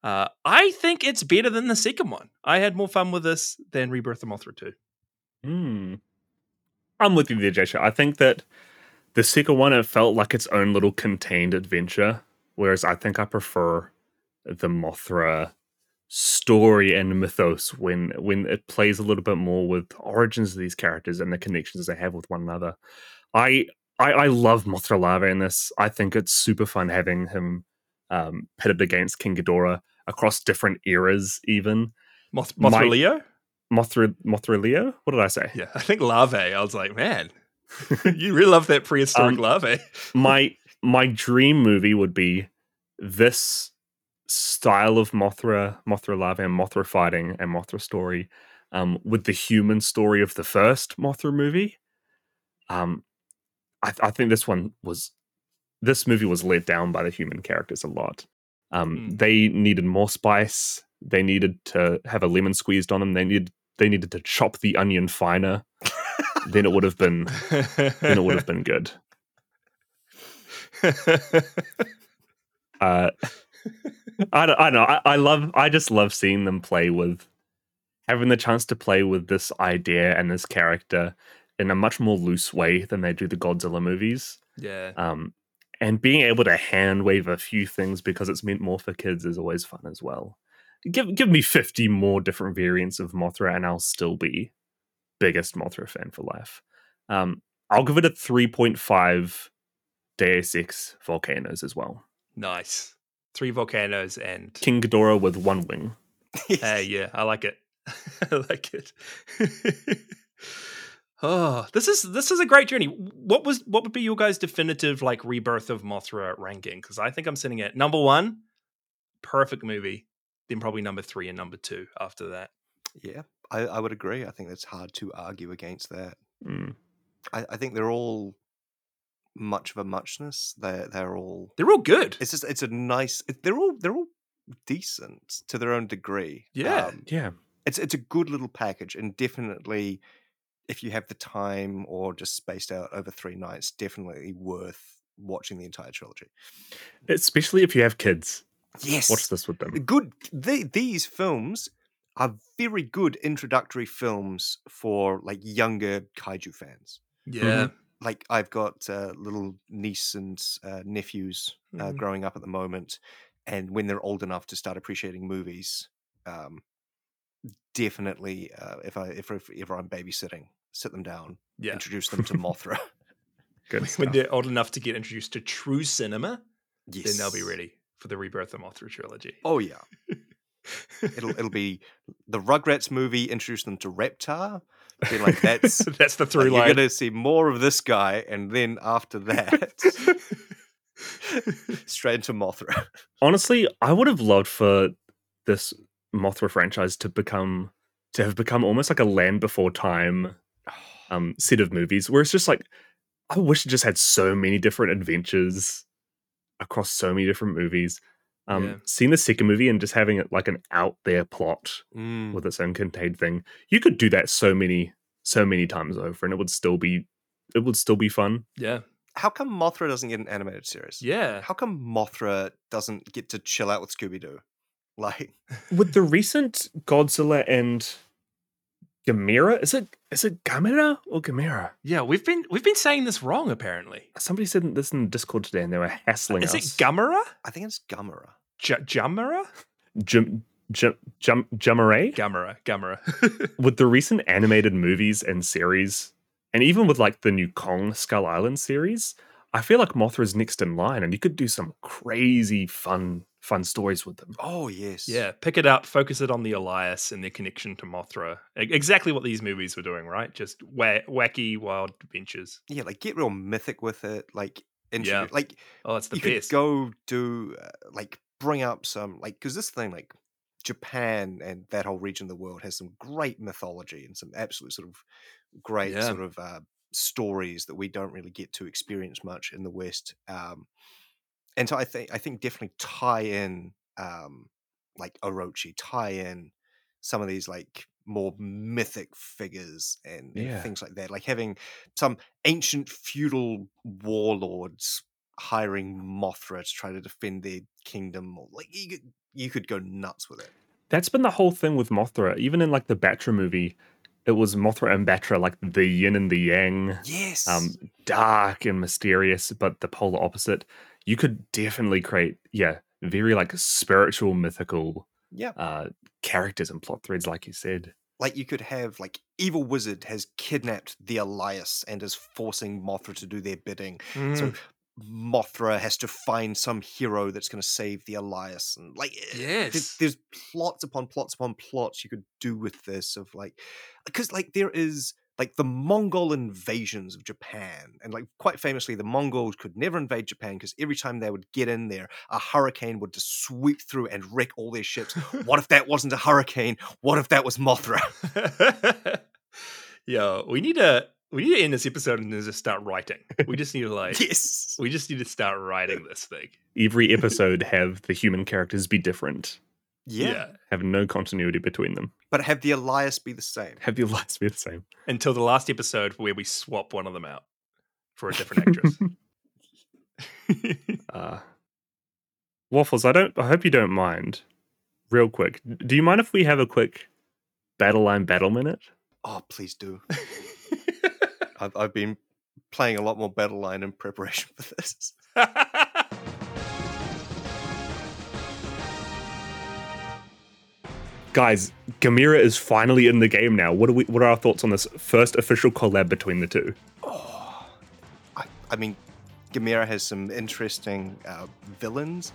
Speaker 2: Uh, I think it's better than the second one. I had more fun with this than Rebirth of Mothra 2.
Speaker 1: Hmm. I'm with you there, Jasha. I think that the second one it felt like its own little contained adventure, whereas I think I prefer the Mothra story and mythos when when it plays a little bit more with origins of these characters and the connections they have with one another. I I, I love Mothra Lava in this. I think it's super fun having him um, pitted against King Ghidorah across different eras, even
Speaker 2: Moth- Mothra
Speaker 1: My-
Speaker 2: Leo?
Speaker 1: Mothra Mothra Leo. What did I say?
Speaker 2: Yeah, I think Larvae. I was like, man, you really love that prehistoric
Speaker 1: Um,
Speaker 2: larvae.
Speaker 1: my my dream movie would be this style of Mothra, Mothra love, and Mothra fighting and Mothra story, um, with the human story of the first Mothra movie. Um, I, th- I think this one was this movie was let down by the human characters a lot. Um,
Speaker 2: Mm.
Speaker 1: They needed more spice. They needed to have a lemon squeezed on them. They needed they needed to chop the onion finer. then it would have been then it would have been good. uh, I don't, I don't know. I, I love. I just love seeing them play with having the chance to play with this idea and this character in a much more loose way than they do the Godzilla movies.
Speaker 2: yeah.
Speaker 1: Um, and being able to hand wave a few things because it's meant more for kids is always fun as well. Give give me fifty more different variants of Mothra, and I'll still be biggest Mothra fan for life. Um, I'll give it a three point five Deus Ex volcanoes as well.
Speaker 2: Nice. Three volcanoes and
Speaker 1: King Ghidorah with one wing.
Speaker 2: Hey, yeah, I like it. I like it. oh, this is this is a great journey. What was what would be your guys' definitive like rebirth of Mothra ranking? Because I think I'm sitting at number one, perfect movie. Then probably number three and number two after that.
Speaker 3: yeah, I, I would agree. I think that's hard to argue against that.
Speaker 1: Mm.
Speaker 3: I, I think they're all much of a muchness. They're they're all.
Speaker 2: They're all good.
Speaker 3: It's just it's a nice. It, they're all they're all decent to their own degree. Um,
Speaker 2: Yeah.
Speaker 1: Yeah.
Speaker 3: it's it's a good little package, and definitely if you have the time or just spaced out over three nights, definitely worth watching the entire trilogy.
Speaker 1: Especially if you have kids.
Speaker 3: Yes,
Speaker 1: Watch this with them.
Speaker 3: good the, these films are very good introductory films for like younger kaiju fans
Speaker 2: Yeah.
Speaker 3: like i've got uh, little niece and uh, nephews uh,
Speaker 2: Mhm.
Speaker 3: growing up at the moment and when they're old enough to start appreciating movies um, definitely uh, if i if, if ever i'm babysitting sit them down
Speaker 2: Yeah.
Speaker 3: introduce them to mothra
Speaker 1: Good
Speaker 2: When
Speaker 1: stuff.
Speaker 2: they're old enough to get introduced to true cinema,
Speaker 3: yes
Speaker 2: then they'll be ready for the rebirth of Mothra trilogy.
Speaker 3: oh yeah it'll it'll be the rugrats movie introduce them to reptar be like that's
Speaker 2: that's the
Speaker 3: Like,
Speaker 2: through
Speaker 3: You're
Speaker 2: line.
Speaker 3: going to see more of this guy, and then after that, straight into Mothra.
Speaker 1: Honestly, I would have loved for this Mothra franchise to become to have become almost like a land before time um set of movies where it's just like I wish it just had so many different adventures across so many different movies. Um
Speaker 2: Yeah.
Speaker 1: seeing the second movie and just having it like an out there plot with its own contained thing. You could do that so many, so many times over, and it would still be, it would still be fun.
Speaker 2: yeah.
Speaker 3: How come Mothra doesn't get an animated series?
Speaker 2: Yeah.
Speaker 3: How come Mothra doesn't get to chill out with Scooby Doo? Like,
Speaker 1: With the recent Godzilla and Gamera, is it is it Gamera or Gamera?
Speaker 2: Yeah, we've been we've been saying this wrong apparently.
Speaker 1: Somebody said this in Discord today, and they were hassling
Speaker 2: Is it
Speaker 1: us.
Speaker 2: Gamera?
Speaker 3: I think it's Gamera.
Speaker 2: J- Jamera?
Speaker 1: Jum Jum Jum Jumare?
Speaker 2: Gamera, Gamera.
Speaker 1: with the recent animated movies and series, and even with like the new Kong Skull Island series, I feel like Mothra's next in line, and you could do some crazy fun fun stories with them.
Speaker 3: Oh yes.
Speaker 2: yeah, pick it up, focus it on the Elias and their connection to Mothra. E- Exactly what these movies were doing, right? Just wa- wacky, wild adventures.
Speaker 3: Yeah, like get real mythic with it. Like,
Speaker 2: Yeah.
Speaker 3: intro- like
Speaker 2: Oh, it's the
Speaker 3: you
Speaker 2: best.
Speaker 3: could go do uh, like bring up some like because this thing like Japan and that whole region of the world has some great mythology and some absolute sort of great
Speaker 2: Yeah.
Speaker 3: sort of uh, stories that we don't really get to experience much in the West. Um, and so I think I think definitely tie in um, like Orochi, tie in some of these like more mythic figures and, and
Speaker 1: Yeah.
Speaker 3: things like that. Like having some ancient feudal warlords hiring Mothra to try to defend their kingdom. Or like you could, you could go nuts with it.
Speaker 1: That's been the whole thing with Mothra. Even in like the Batra movie, it was Mothra and Batra, like the yin and the yang,
Speaker 3: Yes.
Speaker 1: um, dark and mysterious, but the polar opposite. You could definitely create, yeah, very like spiritual, mythical
Speaker 3: yeah.
Speaker 1: uh, characters and plot threads, like you said.
Speaker 3: Like you could have like evil wizard has kidnapped the Elias and is forcing Mothra to do their bidding. So
Speaker 2: Mm,
Speaker 3: Mothra has to find some hero that's going to save the Elias, and like eh,
Speaker 2: Yes.
Speaker 3: there's, there's plots upon plots upon plots you could do with this of like, because like there is like the Mongol invasions of Japan, and like quite famously the Mongols could never invade Japan because every time they would get in there, a hurricane would just sweep through and wreck all their ships. what if that wasn't a hurricane? What if that was Mothra?
Speaker 2: Yo, we need to we need to end this episode and then just start writing. We just need to like
Speaker 3: yes.
Speaker 2: we just need to start writing this thing.
Speaker 1: every episode have the human characters be different,
Speaker 3: Yeah.
Speaker 1: have no continuity between them,
Speaker 3: But have the Elias be the same.
Speaker 1: have your lives be the same.
Speaker 2: Until the last episode where we swap one of them out for a different actress.
Speaker 1: Uh, Waffles, I don't. I hope you don't mind. Real quick, do you mind if we have a quick battle line battle minute?
Speaker 3: Oh, please do. I've, I've been playing a lot more Battleline in preparation for this.
Speaker 1: Guys, Gamira is finally in the game now. What are we? What are our thoughts on this first official collab between the two?
Speaker 3: I, I mean, Gamera has some interesting uh, villains,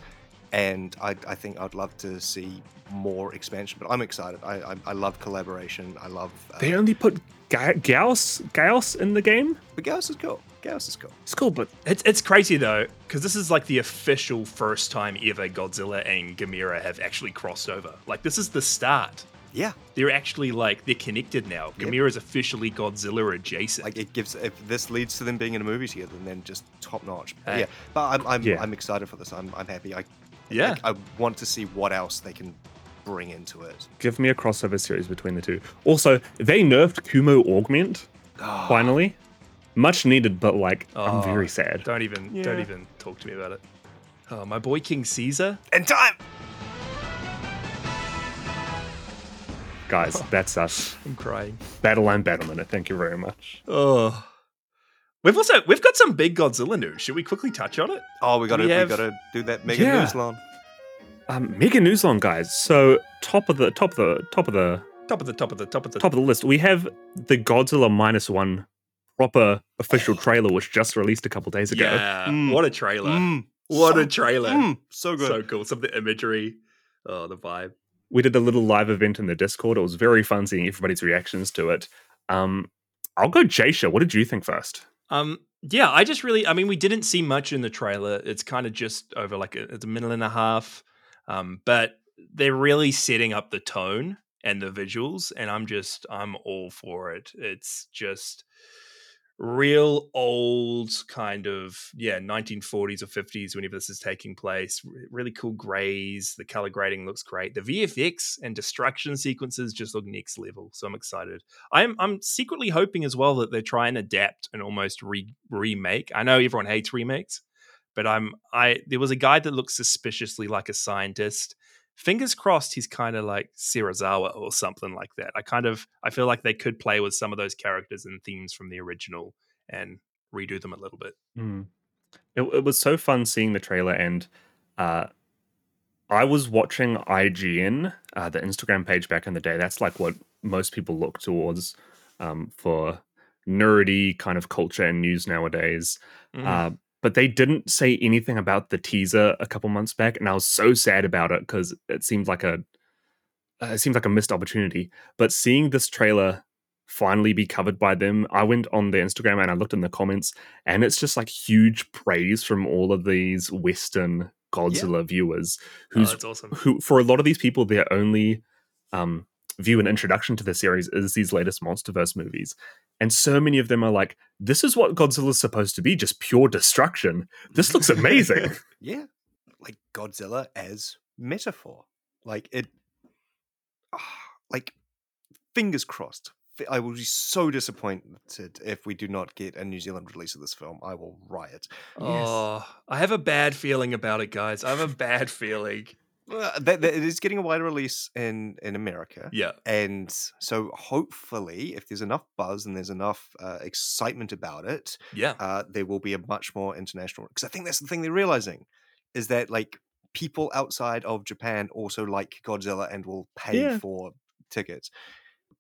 Speaker 3: and I, I think I'd love to see more expansion. But I'm excited. I, I, I love collaboration. I love. Uh,
Speaker 1: They only put Ga- Gauss Gauss in the game.
Speaker 3: But Gauss is cool. Gauss is cool.
Speaker 1: It's cool, but
Speaker 2: It's it's crazy though, because this is like the official first time ever Godzilla and Gamera have actually crossed over. Like this is the start.
Speaker 3: Yeah,
Speaker 2: They're actually like they're connected now.
Speaker 3: Yep.
Speaker 2: Gamera's officially Godzilla adjacent.
Speaker 3: like it gives. If this leads to them being in a movie together, then just top notch. But
Speaker 2: Hey.
Speaker 3: yeah, but I'm I'm,
Speaker 1: Yeah.
Speaker 3: I'm excited for this. I'm I'm happy. I
Speaker 2: yeah.
Speaker 3: like, I want to see what else they can bring into it.
Speaker 1: give me a crossover series between the two. Also, they nerfed Kumo Augment finally. Much needed, but like I'm very
Speaker 2: Oh,
Speaker 1: sad.
Speaker 2: Don't even don't even talk to me about it. Oh, my boy King Caesar.
Speaker 3: And time.
Speaker 1: Guys, that's us.
Speaker 2: I'm crying.
Speaker 1: Battle line battle minute. Thank you very much.
Speaker 2: Oh. We've also we've got some big Godzilla news. Should we quickly touch on it?
Speaker 3: Oh, we gotta we,
Speaker 2: have-
Speaker 3: gotta do that mega
Speaker 1: Yeah.
Speaker 3: news lawn.
Speaker 1: Um, mega news on guys. So top of the top of the top of the
Speaker 2: Top of the top of the top of the
Speaker 1: top of the list, we have the Godzilla minus one proper official trailer, which just released a couple days ago.
Speaker 2: Yeah.
Speaker 3: Mm.
Speaker 2: What a trailer.
Speaker 3: Mm,
Speaker 2: What
Speaker 3: so-
Speaker 2: a trailer.
Speaker 3: mm, so good.
Speaker 2: So cool. Some of the imagery. Oh, the vibe.
Speaker 1: we did a little live event in the Discord. It was very fun seeing everybody's reactions to it. Um, I'll go Jasha. What did you think first?
Speaker 2: Um, yeah, I just really, I mean, we didn't see much in the trailer. It's kind of just over like a, it's a minute and a half. Um, but they're really setting up the tone and the visuals, and I'm just, I'm all for it. It's just real old kind of yeah 1940s or 50s whenever this is taking place R- really cool grays the color grading looks great the vfx and destruction sequences just look next level so i'm excited I'm I'm secretly hoping as well that they try and adapt and almost re- remake. I know everyone hates remakes, but I'm I there was a guy that looks suspiciously like a scientist fingers crossed he's kind of like Serizawa or something like that. I kind of I feel like they could play with some of those characters and themes from the original and redo them a little bit.
Speaker 1: Mm. It, it was so fun seeing the trailer, and uh, I was watching IGN, uh, the Instagram page back in the day. That's like what most people look towards um, for nerdy kind of culture and news nowadays.
Speaker 2: Mhm.
Speaker 1: Uh, but they didn't say anything about the teaser a couple months back, and I was so sad about it because it seemed like a uh, it seemed like a missed opportunity. But seeing this trailer finally be covered by them, I went on their Instagram and I looked in the comments, and it's just like huge praise from all of these Western Godzilla viewers
Speaker 2: Oh,
Speaker 1: who's
Speaker 2: that's awesome.
Speaker 1: who for a lot of these people their only um view and introduction to the series is these latest monsterverse movies and so many of them are like this is what godzilla's supposed to be just pure destruction this looks amazing
Speaker 3: yeah like godzilla as metaphor like it ah, like fingers crossed F- i will be so disappointed if we do not get a new zealand release of this film i will riot
Speaker 2: Oh, I have a bad feeling about it, guys. I have a bad feeling.
Speaker 3: Uh, that, that it is getting a wider release in in america
Speaker 2: Yeah.
Speaker 3: and so hopefully if there's enough buzz and there's enough uh, excitement about it
Speaker 2: Yeah.
Speaker 3: uh, there will be a much more international because I think that's the thing they're realizing is that like people outside of Japan also like Godzilla and will pay
Speaker 1: Yeah.
Speaker 3: for tickets.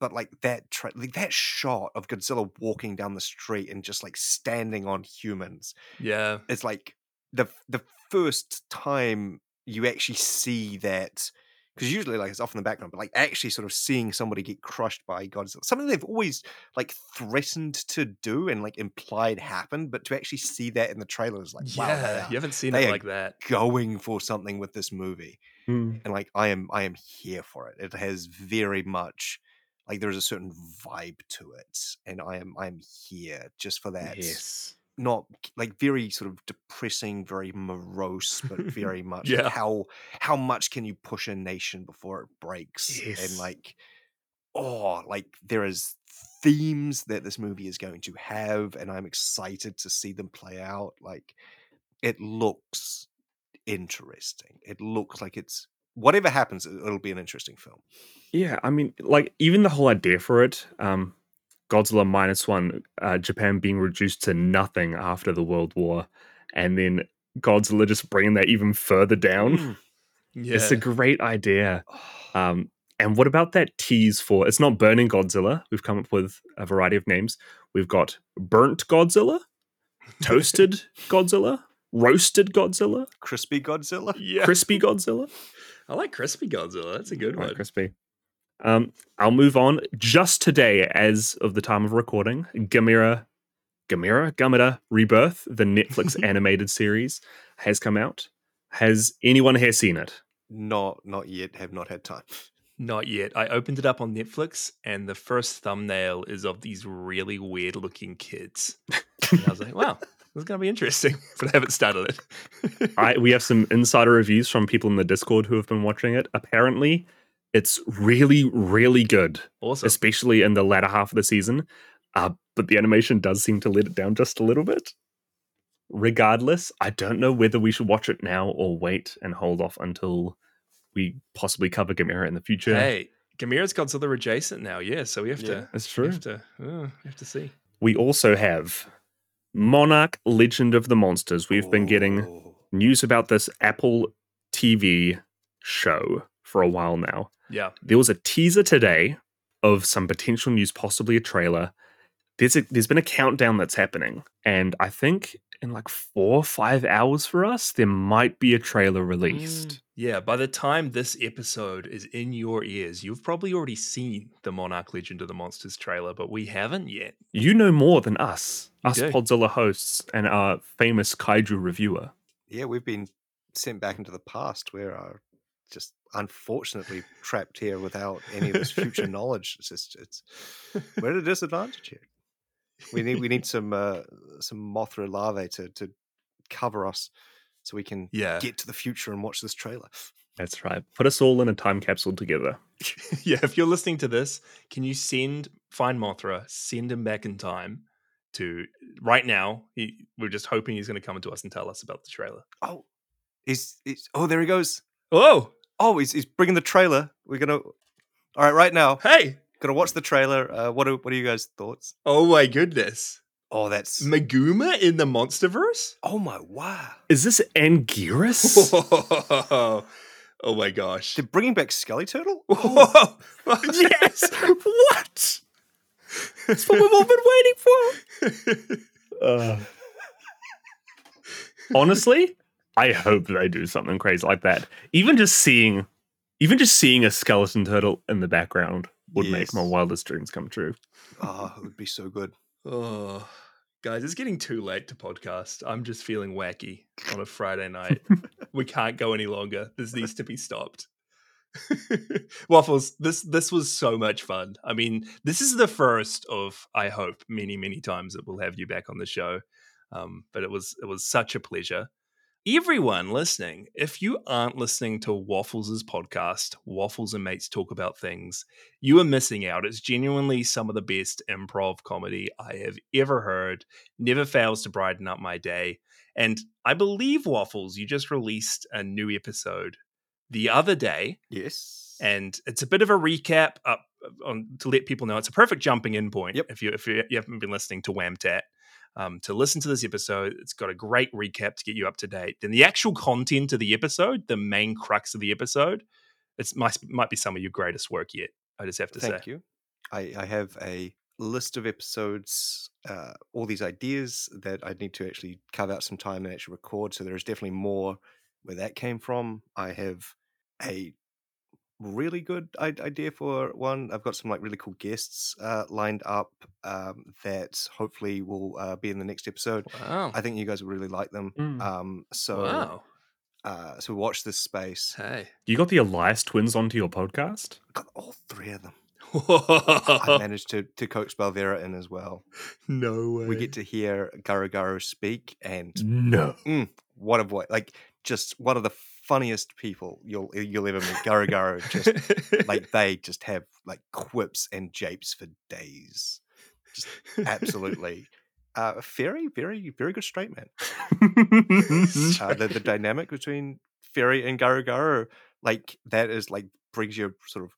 Speaker 3: But like that, tra- like that shot of Godzilla walking down the street and just like standing on humans,
Speaker 2: Yeah.
Speaker 3: it's like the the first time you actually see that because usually like it's off in the background but like actually sort of seeing somebody get crushed by godzilla something they've always like threatened to do and like implied happened but to actually see that in the trailer is like wow they
Speaker 2: yeah.
Speaker 3: are
Speaker 2: You haven't seen
Speaker 3: they
Speaker 2: it
Speaker 3: are
Speaker 2: like that.
Speaker 3: going for something with this movie
Speaker 1: Hmm.
Speaker 3: and like i am i am here for it it has very much like there is a certain vibe to it and i am i'm here just for that not like very sort of depressing, very morose, but very much like,
Speaker 2: Yeah.
Speaker 3: how how much can you push a nation before it breaks?
Speaker 1: Yes.
Speaker 3: And like, oh, like there is themes that this movie is going to have, and I'm excited to see them play out. Like, it looks interesting. It looks like it's whatever happens, it- it'll be an interesting film.
Speaker 1: yeah i mean like even the whole idea for it um godzilla minus one uh, japan being reduced to nothing after the world war and then godzilla just bringing that even further down
Speaker 2: Hmm.
Speaker 3: Mm.
Speaker 2: Yeah.
Speaker 1: it's a great idea Um, and what about that tease for? It's not Burning Godzilla. We've come up with a variety of names. We've got Burnt Godzilla, Toasted Godzilla, Roasted Godzilla,
Speaker 3: Crispy Godzilla.
Speaker 2: yeah.
Speaker 1: Crispy Godzilla.
Speaker 2: I like Crispy Godzilla. That's a good
Speaker 1: Right,
Speaker 2: one.
Speaker 1: crispy. Um, I'll move on. Just today, as of the time of recording, Gamera, Gamera, Gamera Rebirth, the Netflix animated series, has come out. Has anyone here seen it?
Speaker 3: Not not yet. Have not had time.
Speaker 2: Not yet. I opened it up on Netflix, and the first thumbnail is of these really weird looking kids. And I was like, wow, this is going to be interesting, but I haven't started it.
Speaker 1: I we have some insider reviews from people in the Discord who have been watching it. Apparently, it's really, really good,
Speaker 2: awesome.
Speaker 1: especially in the latter half of the season. Uh, but the animation does seem to let it down just a little bit. Regardless, I don't know whether we should watch it now or wait and hold off until we possibly cover Gamera in the future.
Speaker 2: Hey, Gamera's Godzilla adjacent now. Yeah. So we have to.
Speaker 1: That's
Speaker 2: We
Speaker 1: true.
Speaker 2: have to, uh, we have to see.
Speaker 1: We also have Monarch Legend of the Monsters. We've been getting
Speaker 3: Oh.
Speaker 1: news about this Apple TV show for a while now.
Speaker 2: Yeah.
Speaker 1: There was a teaser today of some potential news, possibly a trailer. There's a, there's been a countdown that's happening, and I think in like four or five hours for us, there might be a trailer released.
Speaker 2: Yeah, by the time this episode is in your ears, you've probably already seen the Monarch Legend of the Monsters trailer, but we haven't yet.
Speaker 1: You know more than us,
Speaker 2: You
Speaker 1: us
Speaker 2: do.
Speaker 1: Podzilla hosts and our famous kaiju reviewer.
Speaker 3: yeah, we've been sent back into the past. We are just unfortunately trapped here without any of this future knowledge. It's just it's we're at a disadvantage here. We need we need some uh, some Mothra larvae to to cover us so we can
Speaker 2: Yeah.
Speaker 3: get to the future and watch this trailer.
Speaker 1: That's right. Put us all in a time capsule together.
Speaker 2: yeah, if you're listening to this, can you send find Mothra, send him back in time to right now? He, we're just hoping he's going to come to us and tell us about the trailer.
Speaker 3: Oh, he's, he's oh there he goes.
Speaker 2: Oh,
Speaker 3: oh, he's, he's bringing the trailer. We're gonna. All right, right now,
Speaker 2: Hey,
Speaker 3: gonna watch the trailer. Uh, what are what are you guys' thoughts?
Speaker 2: oh my goodness,
Speaker 3: Oh, that's.
Speaker 2: Maguma in the MonsterVerse.
Speaker 3: oh my wow!
Speaker 1: Is this Anguirus?
Speaker 2: Oh, my gosh.
Speaker 3: They're bringing back Skelly Turtle.
Speaker 2: Whoa.
Speaker 1: yes. what? That's what we've all been waiting for. Uh, honestly, I hope they do something crazy like that. Even just seeing, even just seeing a skeleton turtle in the background would make
Speaker 3: Yes.
Speaker 1: my wildest dreams come true.
Speaker 3: Oh, it would be so good.
Speaker 2: oh, guys, it's getting too late to podcast. I'm just feeling wacky on a Friday night. we can't go any longer. This needs to be stopped. Waffles, this this was so much fun. I mean, this is the first of I hope many many times that we'll have you back on the show. Um, but it was it was such a pleasure. Everyone listening, if you aren't listening to Waffles' podcast, Waffles and Mates Talk About Things, you are missing out. It's genuinely some of the best improv comedy I have ever heard. Never fails to brighten up my day. And I believe, Waffles, you just released a new episode the other day,
Speaker 3: Yes.
Speaker 2: and it's a bit of a recap up uh, on to let people know it's a perfect jumping in point.
Speaker 3: Yep.
Speaker 2: If you if you, you haven't been listening to Whamtat, um, to listen to this episode, it's got a great recap to get you up to date. Then the actual content of the episode, the main crux of the episode, it's might might be some of your greatest work yet. I just have to say.
Speaker 3: Thank you. I, I have a list of episodes, uh, all these ideas that I need to actually carve out some time and actually record. So there is definitely more where that came from. I have a really good i- idea for one. I've got some like really cool guests uh, lined up um, that hopefully will uh, be in the next episode.
Speaker 2: Wow. Mm.
Speaker 3: I think you guys will really like them.
Speaker 1: Uh,
Speaker 3: Um, so,
Speaker 2: wow.
Speaker 3: uh, so watch this space.
Speaker 2: Hey.
Speaker 1: You got the Elias twins onto your podcast?
Speaker 3: Got all three of them. I managed to to coax Balvera in as well.
Speaker 2: no way.
Speaker 3: we get to hear Garu Garu speak, and
Speaker 1: No.
Speaker 3: what a voice! Like just one of the funniest people you'll you'll ever meet. Garu Garu, just like they just have like quips and japes for days. Absolutely, uh, very very very good straight man. Uh, the, the dynamic between Ferry and Garu Garu, like that is like brings you sort of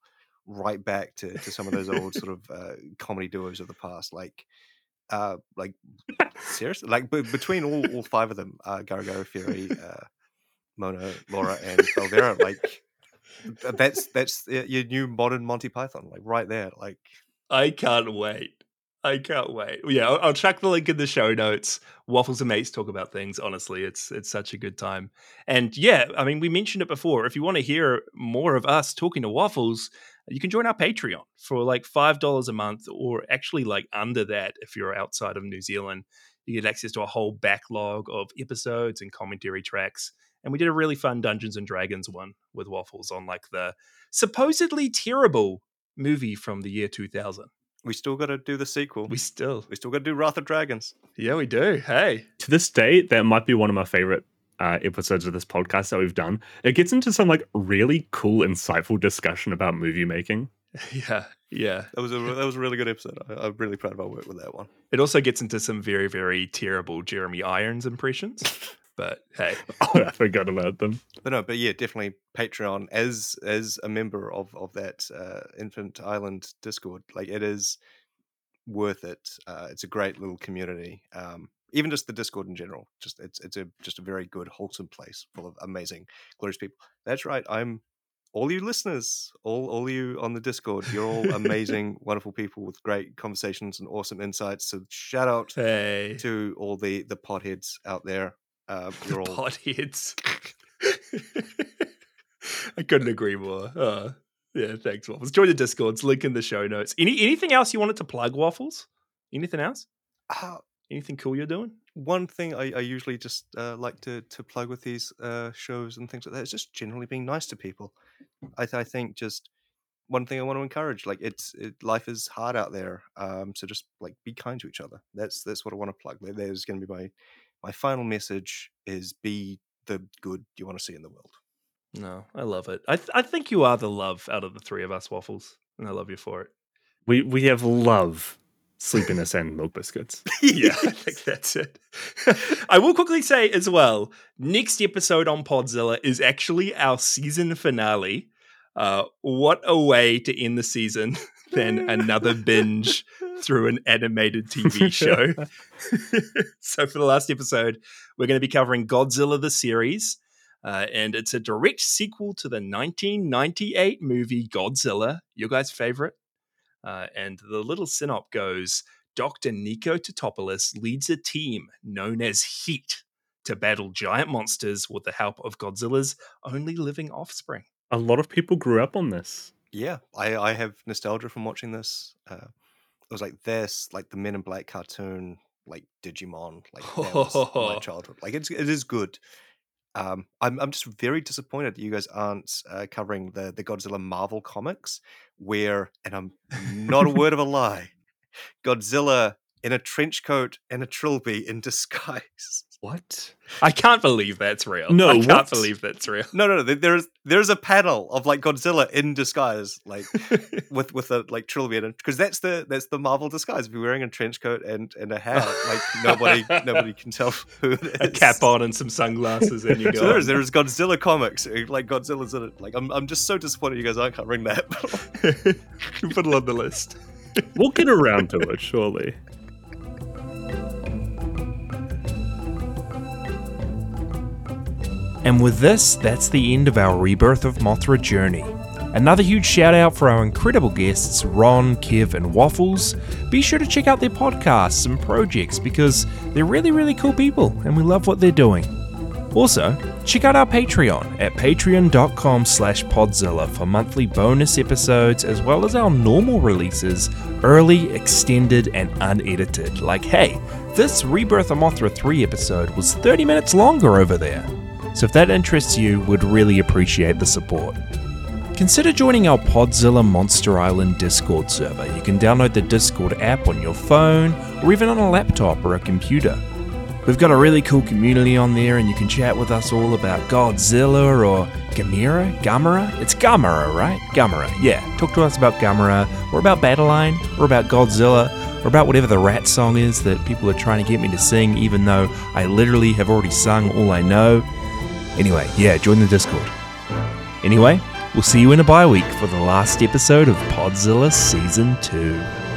Speaker 3: right back to, to some of those old sort of uh, comedy duos of the past, like uh, like seriously, like be- between all, all five of them, uh, Garu Garu, Ferry, uh, Mono, Laura, and Belvera, like th- that's that's uh, your new modern Monty Python, like right there, like
Speaker 2: I can't wait. I can't wait. Yeah, I'll, I'll chuck the link in the show notes. Waffles and mates talk about things. Honestly, it's it's such a good time. And yeah, I mean, we mentioned it before. If you want to hear more of us talking to Waffles, you can join our Patreon for like five dollars a month, or actually like under that if you're outside of New Zealand. You get access to a whole backlog of episodes and commentary tracks. And we did a really fun Dungeons and Dragons one with Waffles on like the supposedly terrible movie from the year 2000.
Speaker 3: we still got to do the sequel.
Speaker 2: We
Speaker 3: We,
Speaker 2: still.
Speaker 3: still got to do Wrath of Dragons.
Speaker 2: Yeah, we do. Hey.
Speaker 1: to this day, that might be one of my favorite uh, episodes of this podcast that we've done. It gets into some like really cool, insightful discussion about movie making.
Speaker 2: Yeah. Yeah.
Speaker 3: That was a re- that was a really good episode. I, I'm really proud of our work with that one.
Speaker 2: It also gets into some very, very terrible Jeremy Irons impressions. But hey.
Speaker 1: Oh, I forgot about them.
Speaker 3: But no, but yeah, definitely Patreon as as a member of of that uh, Infant Island Discord. Like it is worth it. Uh, it's a great little community. Um, even just the Discord in general, just it's it's a just a very good wholesome place full of amazing glorious people. That's right. I'm all you listeners, all all you on the Discord. You're all amazing, wonderful people with great conversations and awesome insights. So shout out
Speaker 2: Hey.
Speaker 3: to all the the potheads out there. Uh, you're all
Speaker 2: Potheads. I couldn't agree more. Uh, yeah, thanks, Waffles. Join the Discords, link in the show notes. Any anything else you wanted to plug, Waffles? Anything else?
Speaker 3: Ah,
Speaker 2: Anything cool you're doing?
Speaker 3: one thing I, I usually just uh, like to, to plug with these uh, shows and things like that is just generally being nice to people. I, th- I think just one thing I want to encourage, like it's it, life is hard out there, um, so just like be kind to each other. That's that's what I want to plug. There- There's going to be my my final message is be the good you want to see in the world.
Speaker 2: No, I love it. I, th- I think you are the love out of the three of us, Waffles, and I love you for it.
Speaker 1: We we have love sleepiness and milk biscuits.
Speaker 2: yeah, I think that's it. I will quickly say as well next episode on Podzilla is actually our season finale. Uh, what a way to end the season than another binge through an animated TV show. so, for the last episode, we're going to be covering Godzilla the series. Uh, and it's a direct sequel to the 1998 movie Godzilla, your guys' favorite. Uh, and the little synop goes Dr. Nico Totopoulos leads a team known as Heat to battle giant monsters with the help of Godzilla's only living offspring.
Speaker 1: A lot of people grew up on this.
Speaker 3: yeah, I, I have nostalgia from watching this. Uh, it was like this, like the Men in Black cartoon, like Digimon, like that was my childhood. Like it's it is good. Um, I'm I'm just very disappointed that you guys aren't uh, covering the the Godzilla Marvel comics, where and I'm not a word of a lie, Godzilla in a trench coat and a trilby in disguise.
Speaker 1: What?
Speaker 2: I can't believe that's real.
Speaker 1: No,
Speaker 2: I can't
Speaker 1: what?
Speaker 2: believe that's real.
Speaker 3: No, no, no. there- There is there is a panel of like Godzilla in disguise, like with with a like trilby in it, because that's the that's the Marvel disguise. If you're wearing a trench coat and and a hat, like nobody nobody can tell who it is.
Speaker 2: Oh. a cap on and some sunglasses, and you
Speaker 3: So there
Speaker 2: go.
Speaker 3: is there is Godzilla comics, uh, like Godzilla's in it. Like I'm I'm just so disappointed you guys aren't covering that.
Speaker 2: Put it on the list.
Speaker 1: We'll get around to it, surely.
Speaker 2: And with this, that's the end of our Rebirth of Mothra journey. Another huge shout out for our incredible guests, Ron, Kev, and Waffles. Be sure to check out their podcasts and projects because they're really, really cool people and we love what they're doing. Also, check out our Patreon at patreon.com slash podzilla for monthly bonus episodes as well as our normal releases, early, extended, and unedited. Like, hey, this Rebirth of Mothra 3 episode was 30 minutes longer over there. So if that interests you, would really appreciate the support. Consider joining our Podzilla Monster Island Discord server. You can download the Discord app on your phone or even on a laptop or a computer. We've got a really cool community on there, and you can chat with us all about Godzilla or Gamera. Gamera? It's Gamera, right? Gamera, yeah. Talk to us about Gamera, or about Battleline, or about Godzilla, or about whatever the rat song is that people are trying to get me to sing, even though I literally have already sung all I know. Anyway, yeah, join the Discord. Anyway, we'll see you in a bye week for the last episode of Podzilla Season 2.